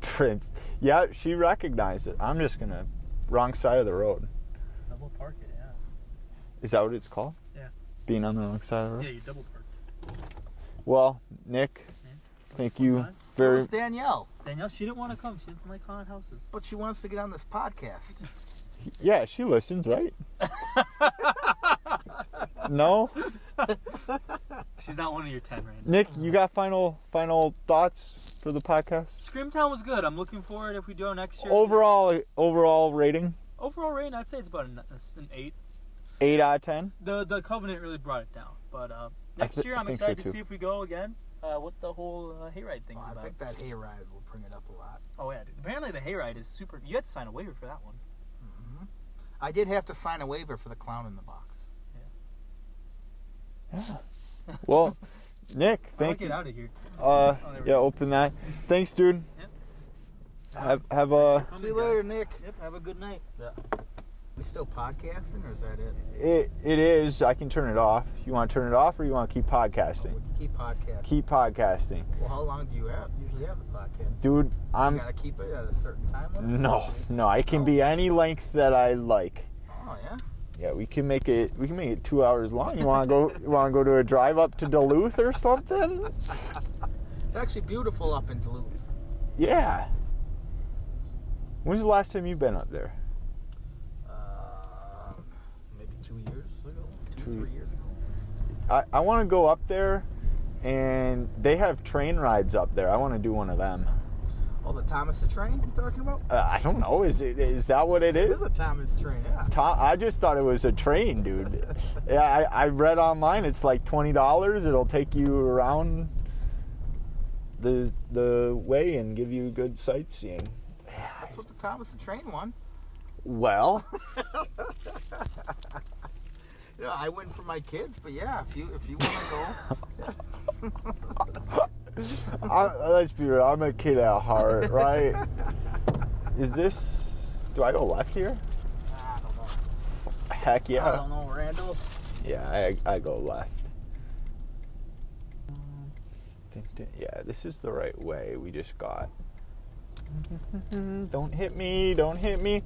Prince. Yeah, she recognized it. I'm just gonna wrong side of the road. Double park it, yeah. Is that what it's called? Yeah. Being on the wrong side of the road. Yeah, you double park. Well, Nick, thank you very. It's Danielle, Danielle, she didn't want to come. She doesn't like haunted houses. but she wants to get on this podcast. Yeah, she listens, right? no, She's not one of your ten right now. Nick, you got final final thoughts for the podcast? Screamtown was good. I'm looking forward if we do our next year. Oh. Overall, overall rating Overall rating, I'd say it's about an, an eight. eight out of ten. The the Covenant really brought it down. But uh, I next thi- year, I I'm think so, excited too. Oh, to see if we go again. Uh, what the whole uh, hayride thing's Well, I about. think that hayride will bring it up a lot. Oh yeah, dude. apparently the hayride is super. You had to sign a waiver for that one. I did have to sign a waiver for the clown in the box. Well, Nick, I'll thank get you. out of here. Oh, Uh, there we yeah, open that. Thanks, dude. Yep. Have have a. Coming, See you guys. later, Nick. Yep. Have a good night. We still podcasting, or is that it? It it is. I can turn it off. You want to turn it off, or you want to keep We podcasting? can keep podcasting. Keep podcasting, Well, how long do you have? Usually have the podcast. dude. You I'm gotta keep it at a certain time. limit? no, no. I can be any length that I like. Oh yeah. Yeah, we can make it. We can make it two hours long. You want to go? You want to go to a drive up to Duluth or something? It's actually beautiful up in Duluth. Yeah. When's the last time you've been up there? Um, maybe two years ago, two, Two- three years ago. I, I want to go up there, and they have train rides up there. I want to do one of them. Oh, the Thomas the Train you talking about? Uh, I don't know. Is it is that what it It is is? a Thomas Train. Yeah. Tom, I just thought it was a train, dude. yeah, I, I read online it's like twenty dollars. It'll take you around. the the way and give you good sightseeing. That's what the Thomas the Train won. Well, Yeah, I win for my kids, but yeah, if you if you want to go, I, let's be real. I'm a kid at heart, right? Is this? Do I go left here? I don't know. Heck yeah. I don't know, Randall. Yeah, I, I go left. Dun, dun. Yeah, this is the right way. We just got. don't hit me! Don't hit me!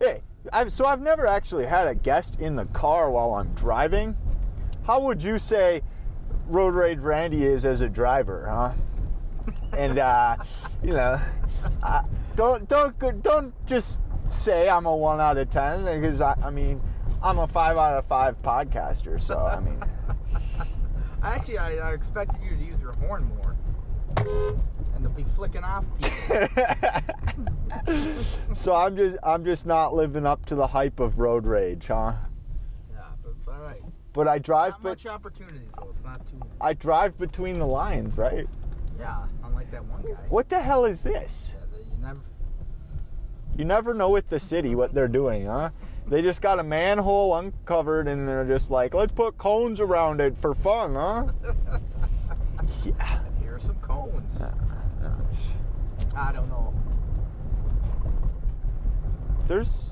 Hey, I've, so I've never actually had a guest in the car while I'm driving. How would you say Road Rage Randy is as a driver, huh? And uh, you know, I, don't don't go- don't just say I'm a one out of ten because I, I mean I'm a five out of five podcaster. So I mean, Actually, I, I expected you to use your horn more and to be flicking off people. so I'm just I'm just not living up to the hype of road rage, huh? yeah, but it's all right. But I drive, Not but much opportunities, though. It's not too. I drive between the lines, right? Yeah, unlike that one guy. What the hell is this? Yeah, that you never. You never know with the city what they're doing, huh? They just got a manhole uncovered and they're just like, let's put cones around it for fun, huh? yeah. And here are some cones. It's- I don't know. There's.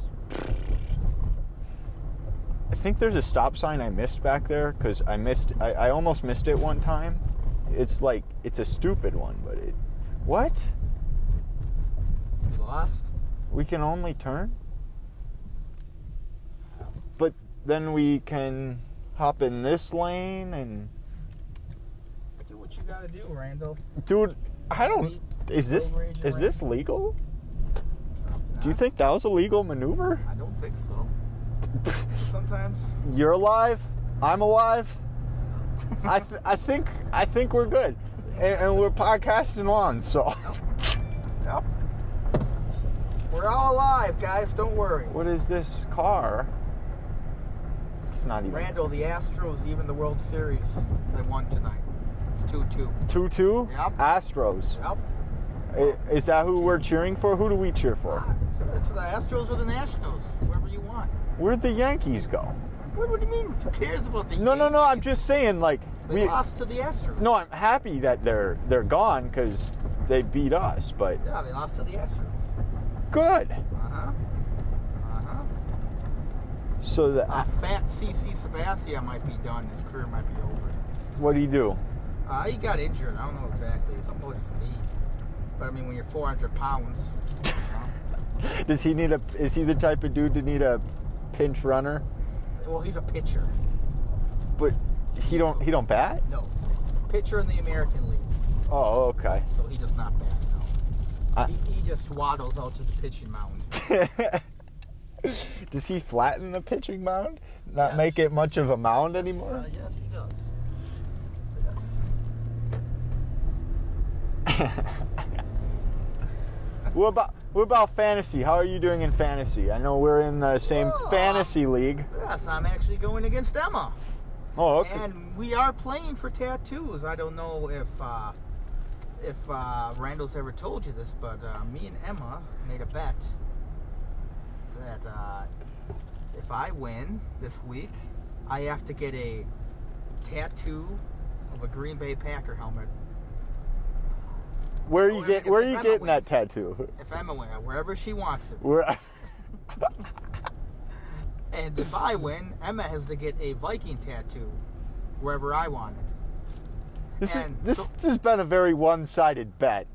I think there's a stop sign I missed back there because I missed. I, I almost missed it one time. It's like it's a stupid one, but it. What? You lost? We can only turn. But then we can hop in this lane and. Do what you gotta do, Randall. Dude, I don't. Is this is this legal? Do you think that was a legal maneuver? I don't think so. Sometimes. You're alive. I'm alive. I th- I think I think we're good, and, and we're podcasting on. So, Yep. We're all alive, guys. Don't worry. what is this car? It's not even Randall, the Astros, even the World Series, they won tonight. It's 2 2. two two Yep. Astros. Yep. I- Is that who we're cheering for? Who do we cheer for? Ah, so It's the Astros or the Nationals, whoever you want. Where'd the Yankees go? What, what do you mean? Who cares about the No, no, no. I'm Yankees? just saying, like They we. lost to the Astros. No, I'm happy that they're they're gone because they beat us. But Yeah, they lost to the Astros. good. Uh huh. Uh huh. So that Uh, fat CC Sabathia might be done. His career might be over. what do you do? Uh, he got injured. I don't know exactly. Something with his knee. But I mean, when you're 400 pounds, you know. Does he need a? Is he the type of dude to need a pinch runner? well, he's a pitcher. But he don't he don't bat. No, pitcher in the American League. Oh, okay. So he does not bat. No, I- he, he just waddles out to the pitching mound. Does he flatten the pitching mound? Not Yes. make it much of a mound Uh, anymore? yes, he does. Yes. What about what about fantasy? How are you doing in fantasy? I know we're in the same Oh, I- fantasy league. Yes, I'm actually going against Emma, Oh, okay. and we are playing for tattoos. I don't know if uh, if uh, Randall's ever told you this, but uh, me and Emma made a bet that uh, if I win this week, I have to get a tattoo of a Green Bay Packer helmet. Where are you I get mean, where are if you Emma getting that wins. tattoo? If Emma wins, wherever she wants it. Where? And if I win, Emma has to get a Viking tattoo wherever I want it. This is And this, so- this has been a very one-sided bet.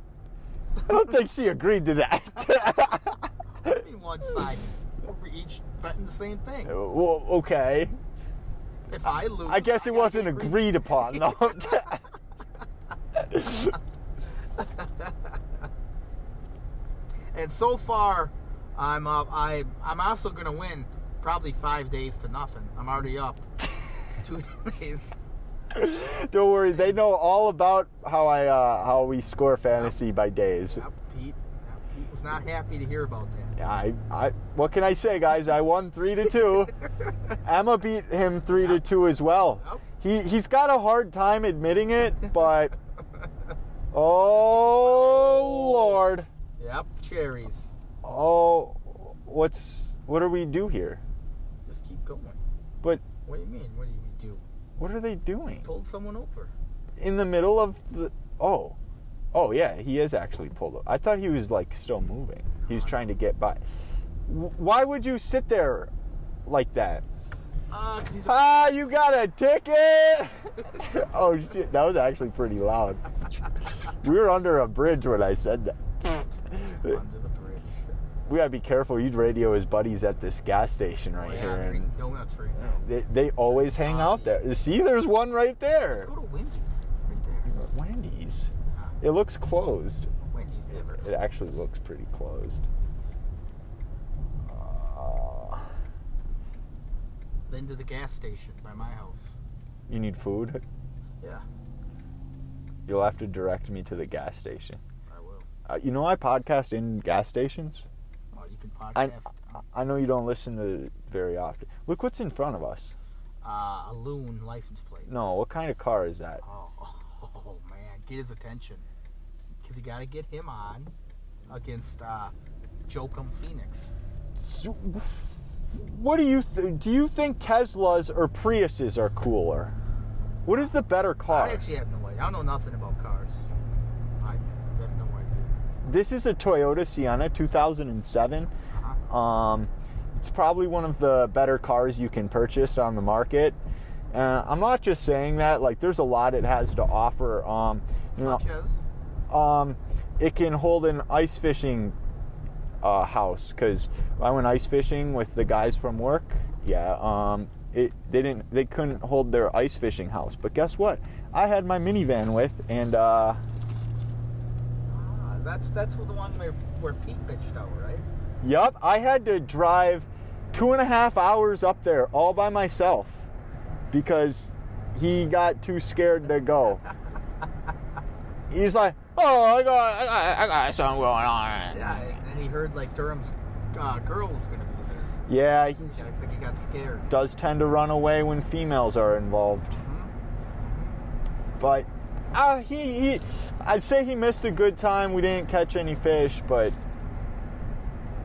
I don't think she agreed to that. Be one sided. We're each betting the same thing. well, okay. If I lose, I guess it gotta wasn't get green- agreed upon, though. And so far, I'm up. I I'm also gonna win probably five days to nothing. I'm already up two days. Don't worry, they know all about how I uh, how we score fantasy by days. Yep, Pete. Yep, Pete was not happy to hear about that. I, I what can I say, guys? I won three to two. Emma beat him three to two as well. Yep. He he's got a hard time admitting it, but Oh Lord. Yep, cherries. Oh, what's what do we do here? Just keep going. But What do you mean? What do you do? what are they doing Pulled someone over. in the middle of the? Oh, oh yeah, he is actually pulled up. I thought he was like still moving. He was trying to get by. W- Why would you sit there like that? Ah, 'cause he's a Ah, you got a ticket! oh shit, that was actually pretty loud. We were under a bridge when I said that. under the bridge. We gotta be careful. You'd radio his buddies at this gas station Oh, right here, three- and no, not three. No. they, they always hang out there. See, there's one right Let's there. go to Wendy's. It's right there. Wendy's. It looks closed. Wendy's never. It actually looks pretty closed. Uh, Then to the gas station by my house. you need food? Yeah, You'll have to direct me to the gas station. I will. Uh, you know, I podcast in gas stations. Well, Oh, you can I, podcast I know you don't listen to it very often. Look what's in front of us. uh, a loon license plate. No, what kind of car is that? Oh, oh man, get his attention. Because you got to get him on against uh, Joakim Phoenix. What do you th- do? You think Teslas or Priuses are cooler? What is the better car? I actually have no idea. I don't know nothing about cars. I have no idea. This is a Toyota Sienna 2007. Um, it's probably one of the better cars you can purchase on the market. And I'm not just saying that. Like, there's a lot it has to offer. Um, you know, Such as? um, it can hold an ice fishing uh, house because I went ice fishing with the guys from work. Yeah, um, it they didn't they couldn't hold their ice fishing house, but guess what? I had my minivan with, and uh, Uh, that's that's the one where, where Pete bitched out, right? yup, I had to drive two and a half hours up there all by myself because he got too scared to go. He's like, oh, I got, I got, I got something going on. Yeah, and he heard like Durham's uh, girl was gonna be there. Yeah, he's, Yeah, I think he got scared. does tend to run away when females are involved. Mm-hmm. But uh, he, he, I'd say he missed a good time. We didn't catch any fish, but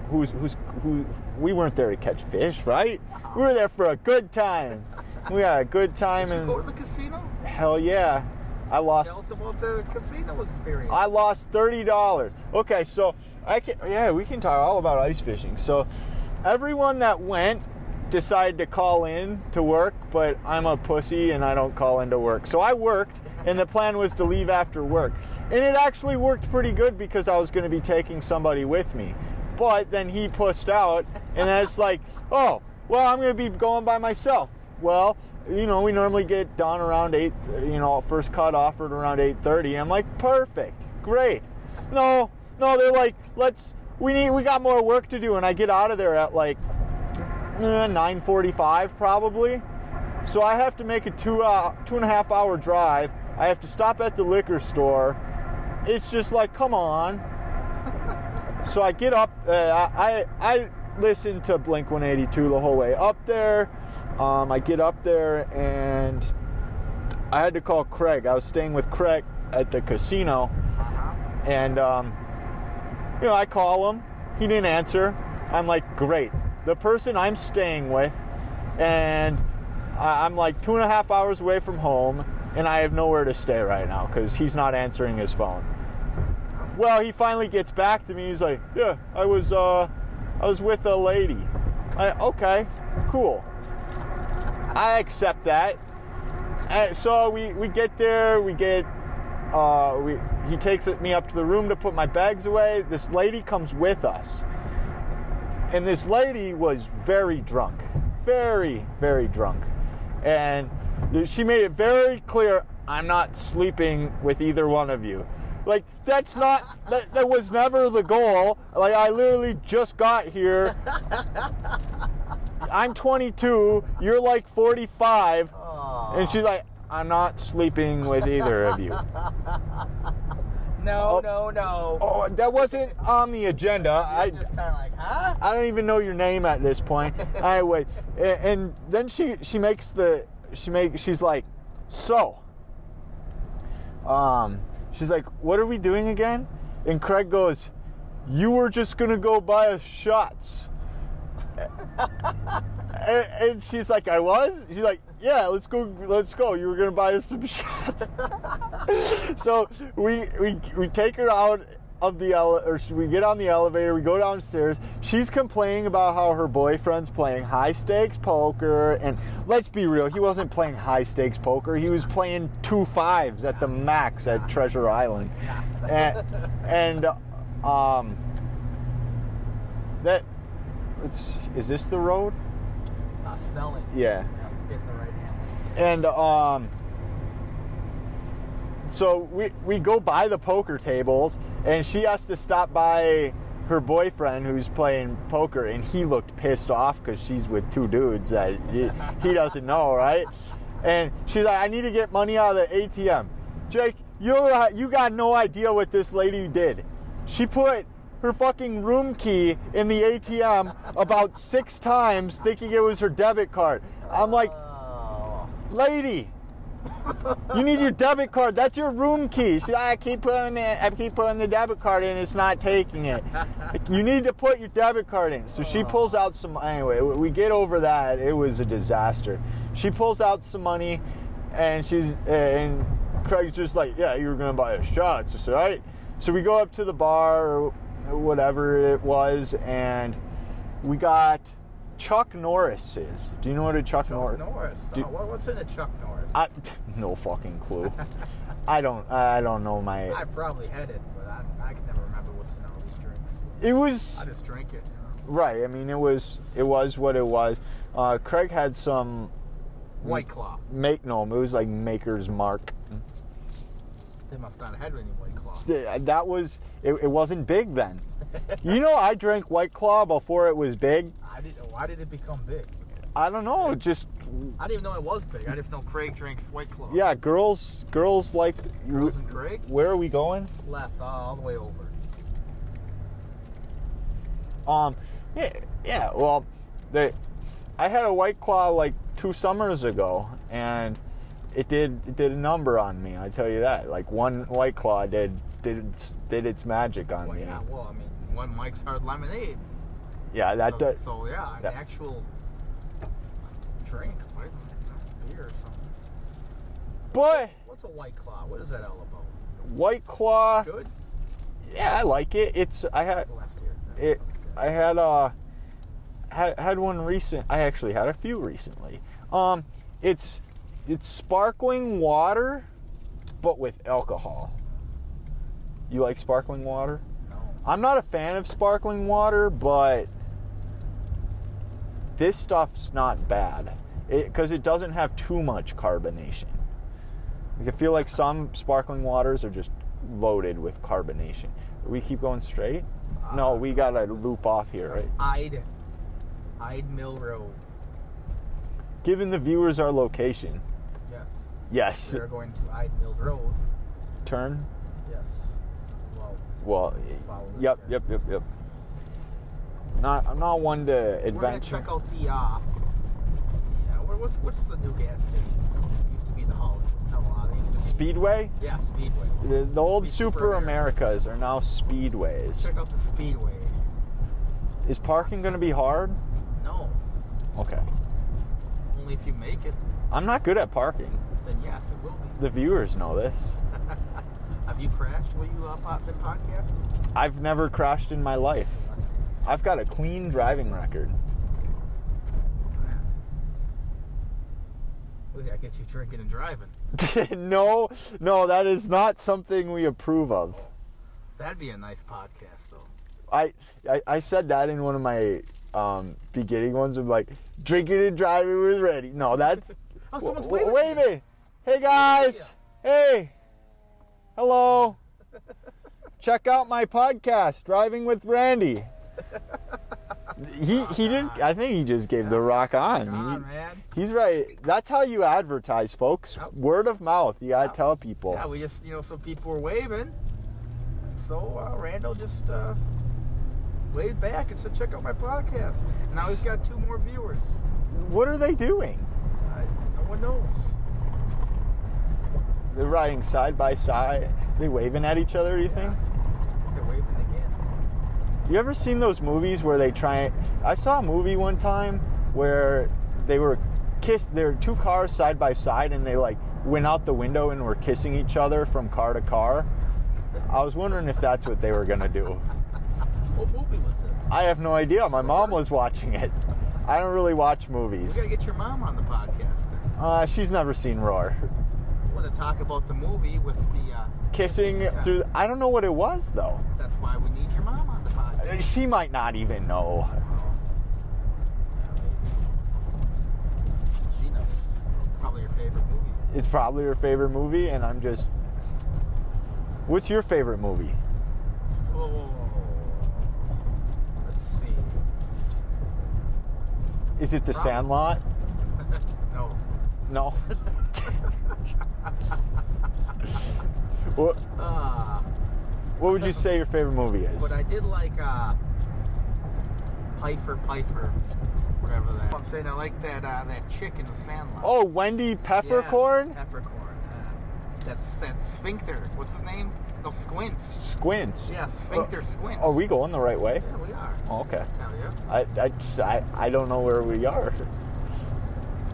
who's who's who? We weren't there to catch fish, right? We were there for a good time. We had a good time, Did you go to and the casino? hell yeah, I lost. Tell us about the casino experience. I lost thirty dollars. Okay, so I can yeah, we can talk all about ice fishing. So everyone that went decided to call in to work, but I'm a pussy and I don't call into work. So I worked and the plan was to leave after work. And it actually worked pretty good because I was gonna be taking somebody with me. But then he pussed out and then it's like, oh, well I'm gonna be going by myself. Well, you know, we normally get done around eight. You know, first cut offered around eight thirty. I'm like, perfect, great. No, no, they're like, let's. We need. We got more work to do, and I get out of there at like eh, nine forty-five probably. So I have to make a two hour, two and a half hour drive. I have to stop at the liquor store. It's just like, come on. So I get up. Uh, I, I I listen to Blink 182 the whole way up there. Um, I get up there and I had to call Craig. I was staying with Craig at the casino, and um, you know I call him. He didn't answer. I'm like, great. The person I'm staying with, and I- I'm like two and a half hours away from home, and I have nowhere to stay right now because he's not answering his phone. Well, he finally gets back to me. He's like, "Yeah, I was, uh, I was with a lady." I, okay, cool. I accept that. And so we we get there. We get, uh, we he takes me up to the room to put my bags away. This lady comes with us, and this lady was very drunk, very very drunk, and she made it very clear, "I'm not sleeping with either one of you." Like that's not that, that was never the goal. Like I literally just got here. I'm 22. You're like 45. And she's like, I'm not sleeping with either of you. Oh. no, no, no. oh, that wasn't on the agenda. I, I'm just kind of like, huh? I don't even know your name at this point. I wait, and, and then she she makes the she make she's like, so. Um, She's like, What are we doing again? And Craig goes, You were just gonna go buy us shots. and, and she's like, I was? She's like, Yeah, let's go let's go. You were gonna buy us some shots. so we, we we take her out of the ele- or we get on the elevator. We go downstairs. She's complaining about how her boyfriend's playing high stakes poker, and let's be real, he wasn't playing high stakes poker. He was playing two fives at the max at Treasure Island, and and um that it's is this the road? Uh, Snelling. Yeah, Yeah, get the right hand. and um so we we go by the poker tables and she has to stop by her boyfriend who's playing poker and he looked pissed off because she's with two dudes that he, he doesn't know right and she's like i need to get money out of the atm jake you uh, you got no idea what this lady did she put her fucking room key in the atm about six times thinking it was her debit card i'm like Oh. lady. You need your debit card. That's your room key. She's like, I keep putting it. I keep putting the debit card in. It's not taking it. Like, you need to put your debit card in. So she pulls out some. Anyway, we we get over that. It was a disaster. She pulls out some money, and she's and Craig's just like, yeah, you were gonna buy us shots, it's all right? So we go up to the bar or whatever it was, and we got Chuck Norris. Is do you know what a Chuck, Norris? Norris. Do- oh, what- what's in a Chuck Norris? I no fucking clue. I don't. I don't know my. I probably had it, but I, I can never remember what's in all these drinks. It was I just drink it. You know? right. I mean, it was. It was what it was. Uh, Craig had some White Claw. make no. It was like Maker's Mark. They must not have had any White Claw. Th- That was. It, it wasn't big then. you know, I drank White Claw before it was big. I did. Why did it become big? I don't know. Just I didn't even know it was big. I just know Craig drinks White Claw. yeah. Girls. Girls like. Girls and Craig Where are we going? left uh, all the way over. Um, yeah, yeah. Well, the I had a white claw like two summers ago, and it did it did a number on me. I tell you that. Like one white claw did did its- did its magic on Well, me. yeah. Well, I mean, one Mike's Hard Lemonade. Yeah, that so, does. so yeah, an yeah. actual drink, White not beer or something. But What's a White Claw? What is that all about? white claw, Good. yeah, I like it. It's I had Left here. That it. sounds good. I had uh had, had one recent. I actually had a few recently. Um, it's it's sparkling water, but with alcohol. You like sparkling water? No. I'm not a fan of sparkling water, but this stuff's not bad because it, doesn't have too much carbonation. Like, I feel like some sparkling waters are just loaded with carbonation. We keep going straight. No, we gotta loop off here, right? Ide. Ide Mill Road. Giving the viewers our location. Yes. Yes. We are going to Ide Mill Road. Turn. Yes. Well, Well. follow this Yep. guy. Yep. Yep. Yep. Not. I'm not one to We're gonna adventure. check out the uh. Yeah. What, what's what's the new gas station's called? It used to be the Hollywood. No, uh, it used to be. Speedway. Yeah, Speedway. The, the old Speed Super, Super Americas are now Speedways. Check out the Speedway. Is parking going to be hard? No, Okay. only if you make it, I'm not good at parking. then yes, it will be. The viewers know this. Have you crashed while you uh, pop been podcasting? I've never crashed in my life. I've got a clean driving record. Ooh, I get you drinking and driving. no, no, that is not something we approve of. That'd be a nice podcast, though. I, I, I said that in one of my um, beginning ones. I'm like, drinking and driving with ready. No, that's. Oh, someone's W- w- waving. waving. Hey, guys. Hey. Hello. Check out my podcast, Driving with Randy. He, he just I think he just gave the rock God, on. man. He- he's right. That's how you advertise, folks. Yep. Word of mouth. You gotta tell people. Yeah, we just you know some people were waving, so uh, Randall just uh, waved back and said, "Check out my podcast." And Now he's got two more viewers. What are they doing? I, no one knows. They- They're riding side by side. They waving at each other. You think? They're waving again. You ever seen those movies where they try? I saw a movie one time where they were kissed. There were two cars side by side, and they like went out the window and were kissing each other from car to car. I was wondering if that's what they were gonna do. What movie was this? I have no idea. My mom was watching it. I don't really watch we movies. gotta get your mom on the podcast then. Uh, she's never seen Roar. We want to talk about the movie with the. Uh, Kissing Yeah. through. I don't know what it was though. That's why we need your mom on the podcast. She might not even know. She knows. Probably your favorite movie. It's probably her favorite movie, and I'm just. What's your favorite movie? Whoa, whoa, whoa. Let's see. Is it The Rock. Sandlot? No. No. what, Uh, what would you say your favorite movie is? but I did like uh, Piper Piper, whatever that. I'm saying I like that uh, that chick in the Sandlot. oh, Wendy Peppercorn? Yes, peppercorn. Uh, that's that sphincter. What's his name? No, Squints. Squints. Oh. Yeah, sphincter Squints. Uh, Are we going the right way? Yeah, we are. Oh, okay. Tell you. I, I, just, I, I don't know where we are.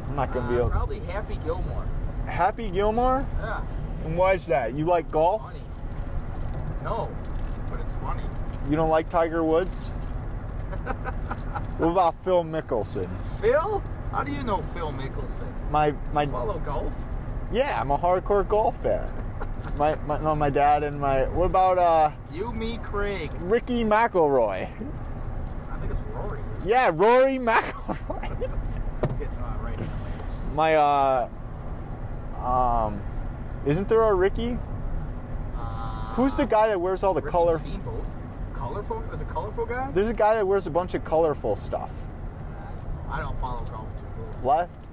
I'm not going to be Uh, able probably Happy Gilmore. Happy Gilmore? Yeah, And why is that? You like golf? funny. No, but it's funny. You don't like Tiger Woods? what about Phil Mickelson? Phil? How do you know Phil Mickelson? My my Follow golf? yeah, I'm a hardcore golf fan. my, my no, my dad and my. What about uh, You, me, Craig. Ricky McIlroy? I think it's Rory. Yeah, Rory McIlroy. Getting uh, right now. my uh, um, isn't there a Ricky? Uh, Who's the guy that wears all the Ricky color? Steamboat. Colorful? There's a colorful guy? There's a guy that wears a bunch of colorful stuff. I don't follow golf too close. Left,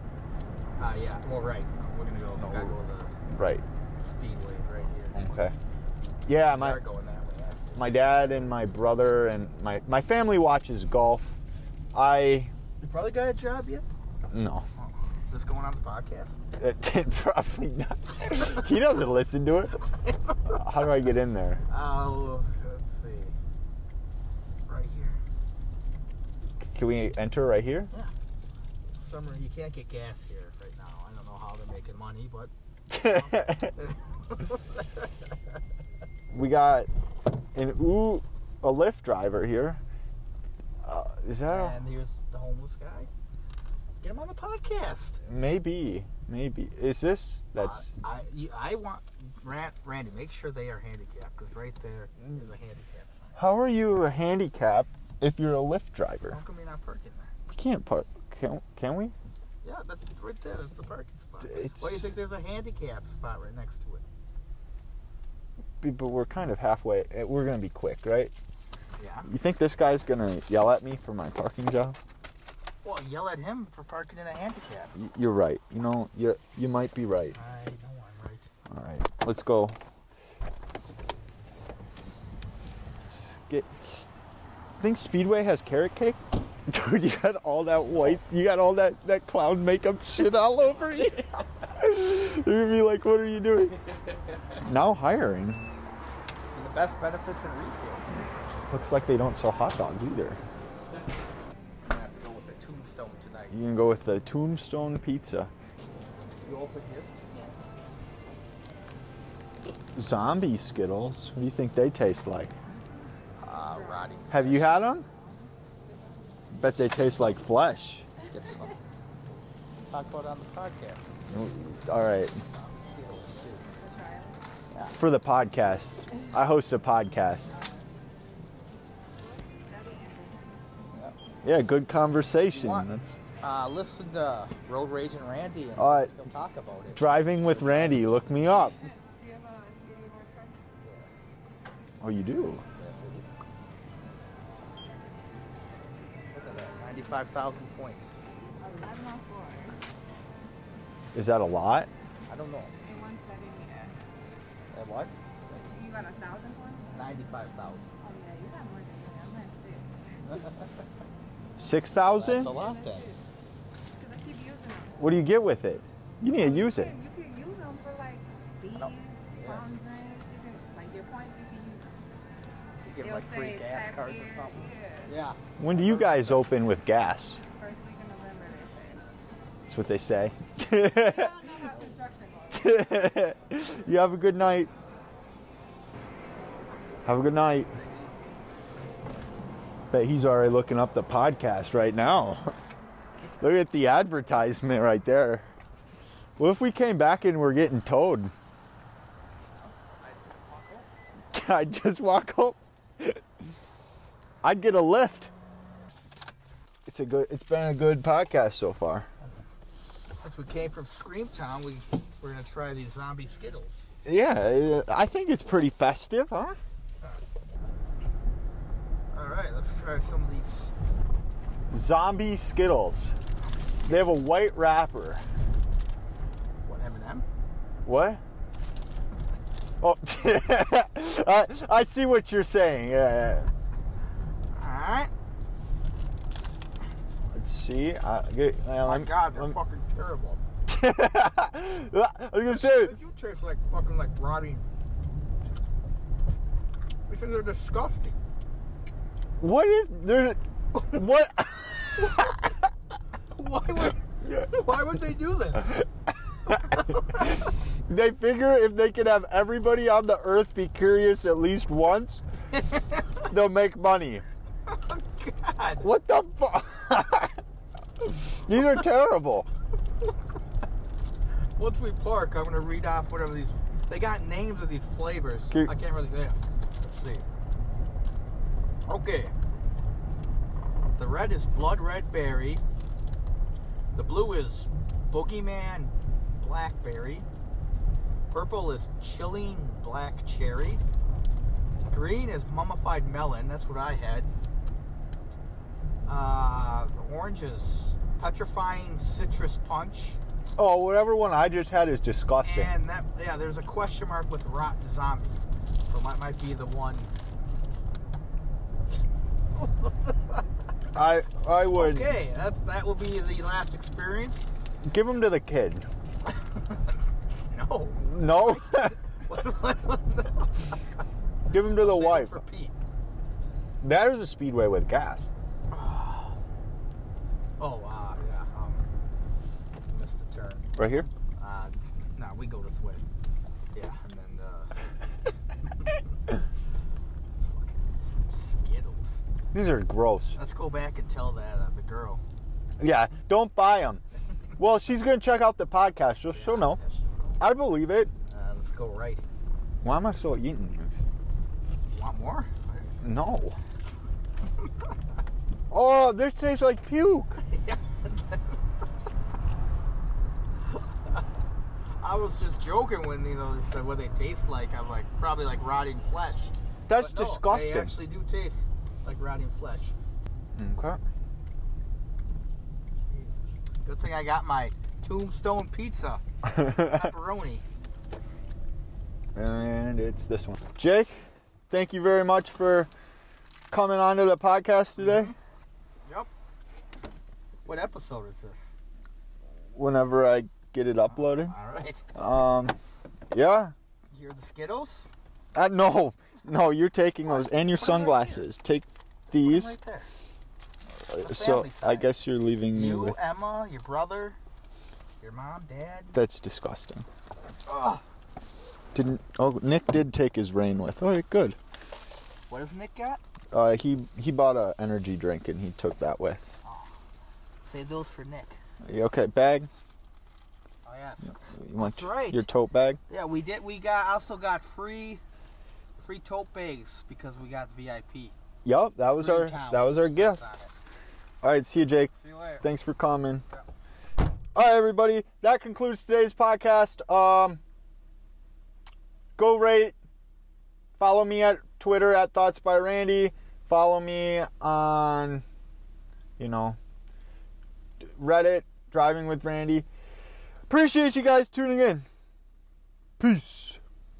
Uh, yeah. Well, right. We're gonna go. Gotta go the right. speedway right here. Okay. Yeah, my Start going that way. After. my dad and my brother and my my family watches golf. I You probably got a job yet? no. Oh, is this going on the podcast? It, Uh, probably not. he doesn't listen to it. How do I get in there? Oh, let's see. Right here. Can we enter right here? Yeah. Summer, you can't get gas here right now. I don't know how they're making money, but we got an ooh, a Lyft driver here. Uh, is that a, and here's the homeless guy. Get him on the podcast. maybe? Maybe is this? That's Uh, I you, I want Rand, Randy. Make sure they are handicapped because right there is a handicap sign. how are you handicapped if you're a Lyft driver? How come you're not parking there? We can't park. Can, can we? Yeah, that's right there. That's the parking spot. It's- Why do you think there's a handicap spot right next to it? Be- But we're kind of halfway. Eh, We're gonna be quick, right? Yeah. You think this guy's gonna yell at me for my parking job? Well, yell at him for parking in a handicap. Y- You're right. You know, you you might be right. I know I'm right. All right, let's go. Get. Think Speedway has carrot cake? Dude, you got all that white, you got all that that clown makeup shit all over you. You're gonna be like, what are you doing? Now hiring. And the best benefits in retail. Looks like they don't sell hot dogs either. I'm gonna have to go with a tombstone tonight. You can go with the Tombstone Pizza. You open here? Zombie Skittles. What do you think they taste like? Ah, rotting. Have you had them? Bet they taste like flesh. Get some. Talk about it on the podcast. All right. Skittles, too. For the podcast. I host a podcast. Yeah, good conversation. What? That's Uh, listen to Road Rage and Randy, and All right. he'll talk about it. driving with Randy. Look me up. Do you have a speedy awards card? Oh, you do. Yes, we do. Look at that, 95,000 points. Eleven oh four Is that a lot? I don't know. and one seventy eight. At what? You got a thousand points? 95,000. Oh yeah, you got more than me. I'm at six. Six That's thousand? a lot then. Because I keep using them. What do you get with it? You need to use You it. can, you can use them for like beads phone drinks. You can like your points. You can use them. You get It'll like free say gas tap cards here. or something. Yeah. Yeah. When do you guys open with gas? First week of November, they say. That's what they say. I don't know how construction goes. you have a good night. Have a good night. Bet he's already looking up the podcast right now. Look at the advertisement right there. What if we came back and we're getting towed? I'd just walk up. I'd get a lift. It's a good. It's been a good podcast so far. Since we came from Scream Town, we we're gonna try these zombie Skittles. Yeah, I think it's pretty festive, huh? All right, let's try some of these. Zombie Skittles. They have a white wrapper. What M&M? What? Oh, I, I see what you're saying. Yeah, yeah. All right. Let's see. I, get, uh, My I'm, God, they're I'm- fucking terrible. I was gonna say, They do taste like fucking like rotting. These things are disgusting. what is there? What? Why would why would they do this? They figure if they can have everybody on the earth be curious at least once, they'll make money. Oh, God. What the fuck? These are terrible. Once we park, I'm gonna read off whatever these. They got names of these flavors. Keep- I can't really. Yeah. Let's see. Okay. The red is blood red berry. The blue is boogeyman blackberry. Purple is chilling black cherry. Green is mummified melon. That's what I had. Uh, orange is petrifying citrus punch. Oh, whatever one I just had is disgusting. And that, yeah, there's a question mark with rotten zombie. So that might be the one. I I would give 'em Okay, that that will be the last experience. give them to the kid. No, No, what, what, what the, give them to the Save it wife. for Pete. That is a speedway with gas. Oh wow, yeah. Um, missed a turn. Right here. Uh, nah, we go this way. Yeah, and then uh, fucking Skittles. These are gross. Let's go back and tell that uh, the girl. Yeah, don't buy them. Well, she's gonna check out the podcast. She'll, she'll know. Yeah, she'll know. I believe it. Uh, let's go right. Why am I still eating these? Want more? No. Oh, this tastes like puke. I was just joking when you know they said what they taste like. I'm like probably like rotting flesh. That's But no, disgusting. They actually do taste like rotting flesh. okay. Good thing I got my tombstone pizza pepperoni. And it's this one. Jake, thank you very much for coming onto the podcast today. Yep. What episode is this? Whenever I get it uploaded. All right. Um, yeah. You're the Skittles. Uh, no, no, you're taking those and your sunglasses. Take these. Right there. So family I size. guess you're leaving me You, with. Emma, your brother, your mom, dad. That's disgusting. Ugh. Didn't? Oh, Nick did take his rain with. All right, good. What does Nick got? Uh, he he bought a energy drink and he took that with. Save those for Nick. Okay, bag. Oh yes. You want That's right. your tote bag? Yeah, we did. We got also got free, free tote bags because we got VIP. Yep, that was Free our towels that was our and gift. stuff on it. All right, see you, Jake. See you later. Thanks for coming. All right, everybody, that concludes today's podcast. Um, go rate, follow me at Twitter at Thoughts by Randy. Follow me on, you know, Reddit Driving with Randy. Appreciate you guys tuning in. Peace.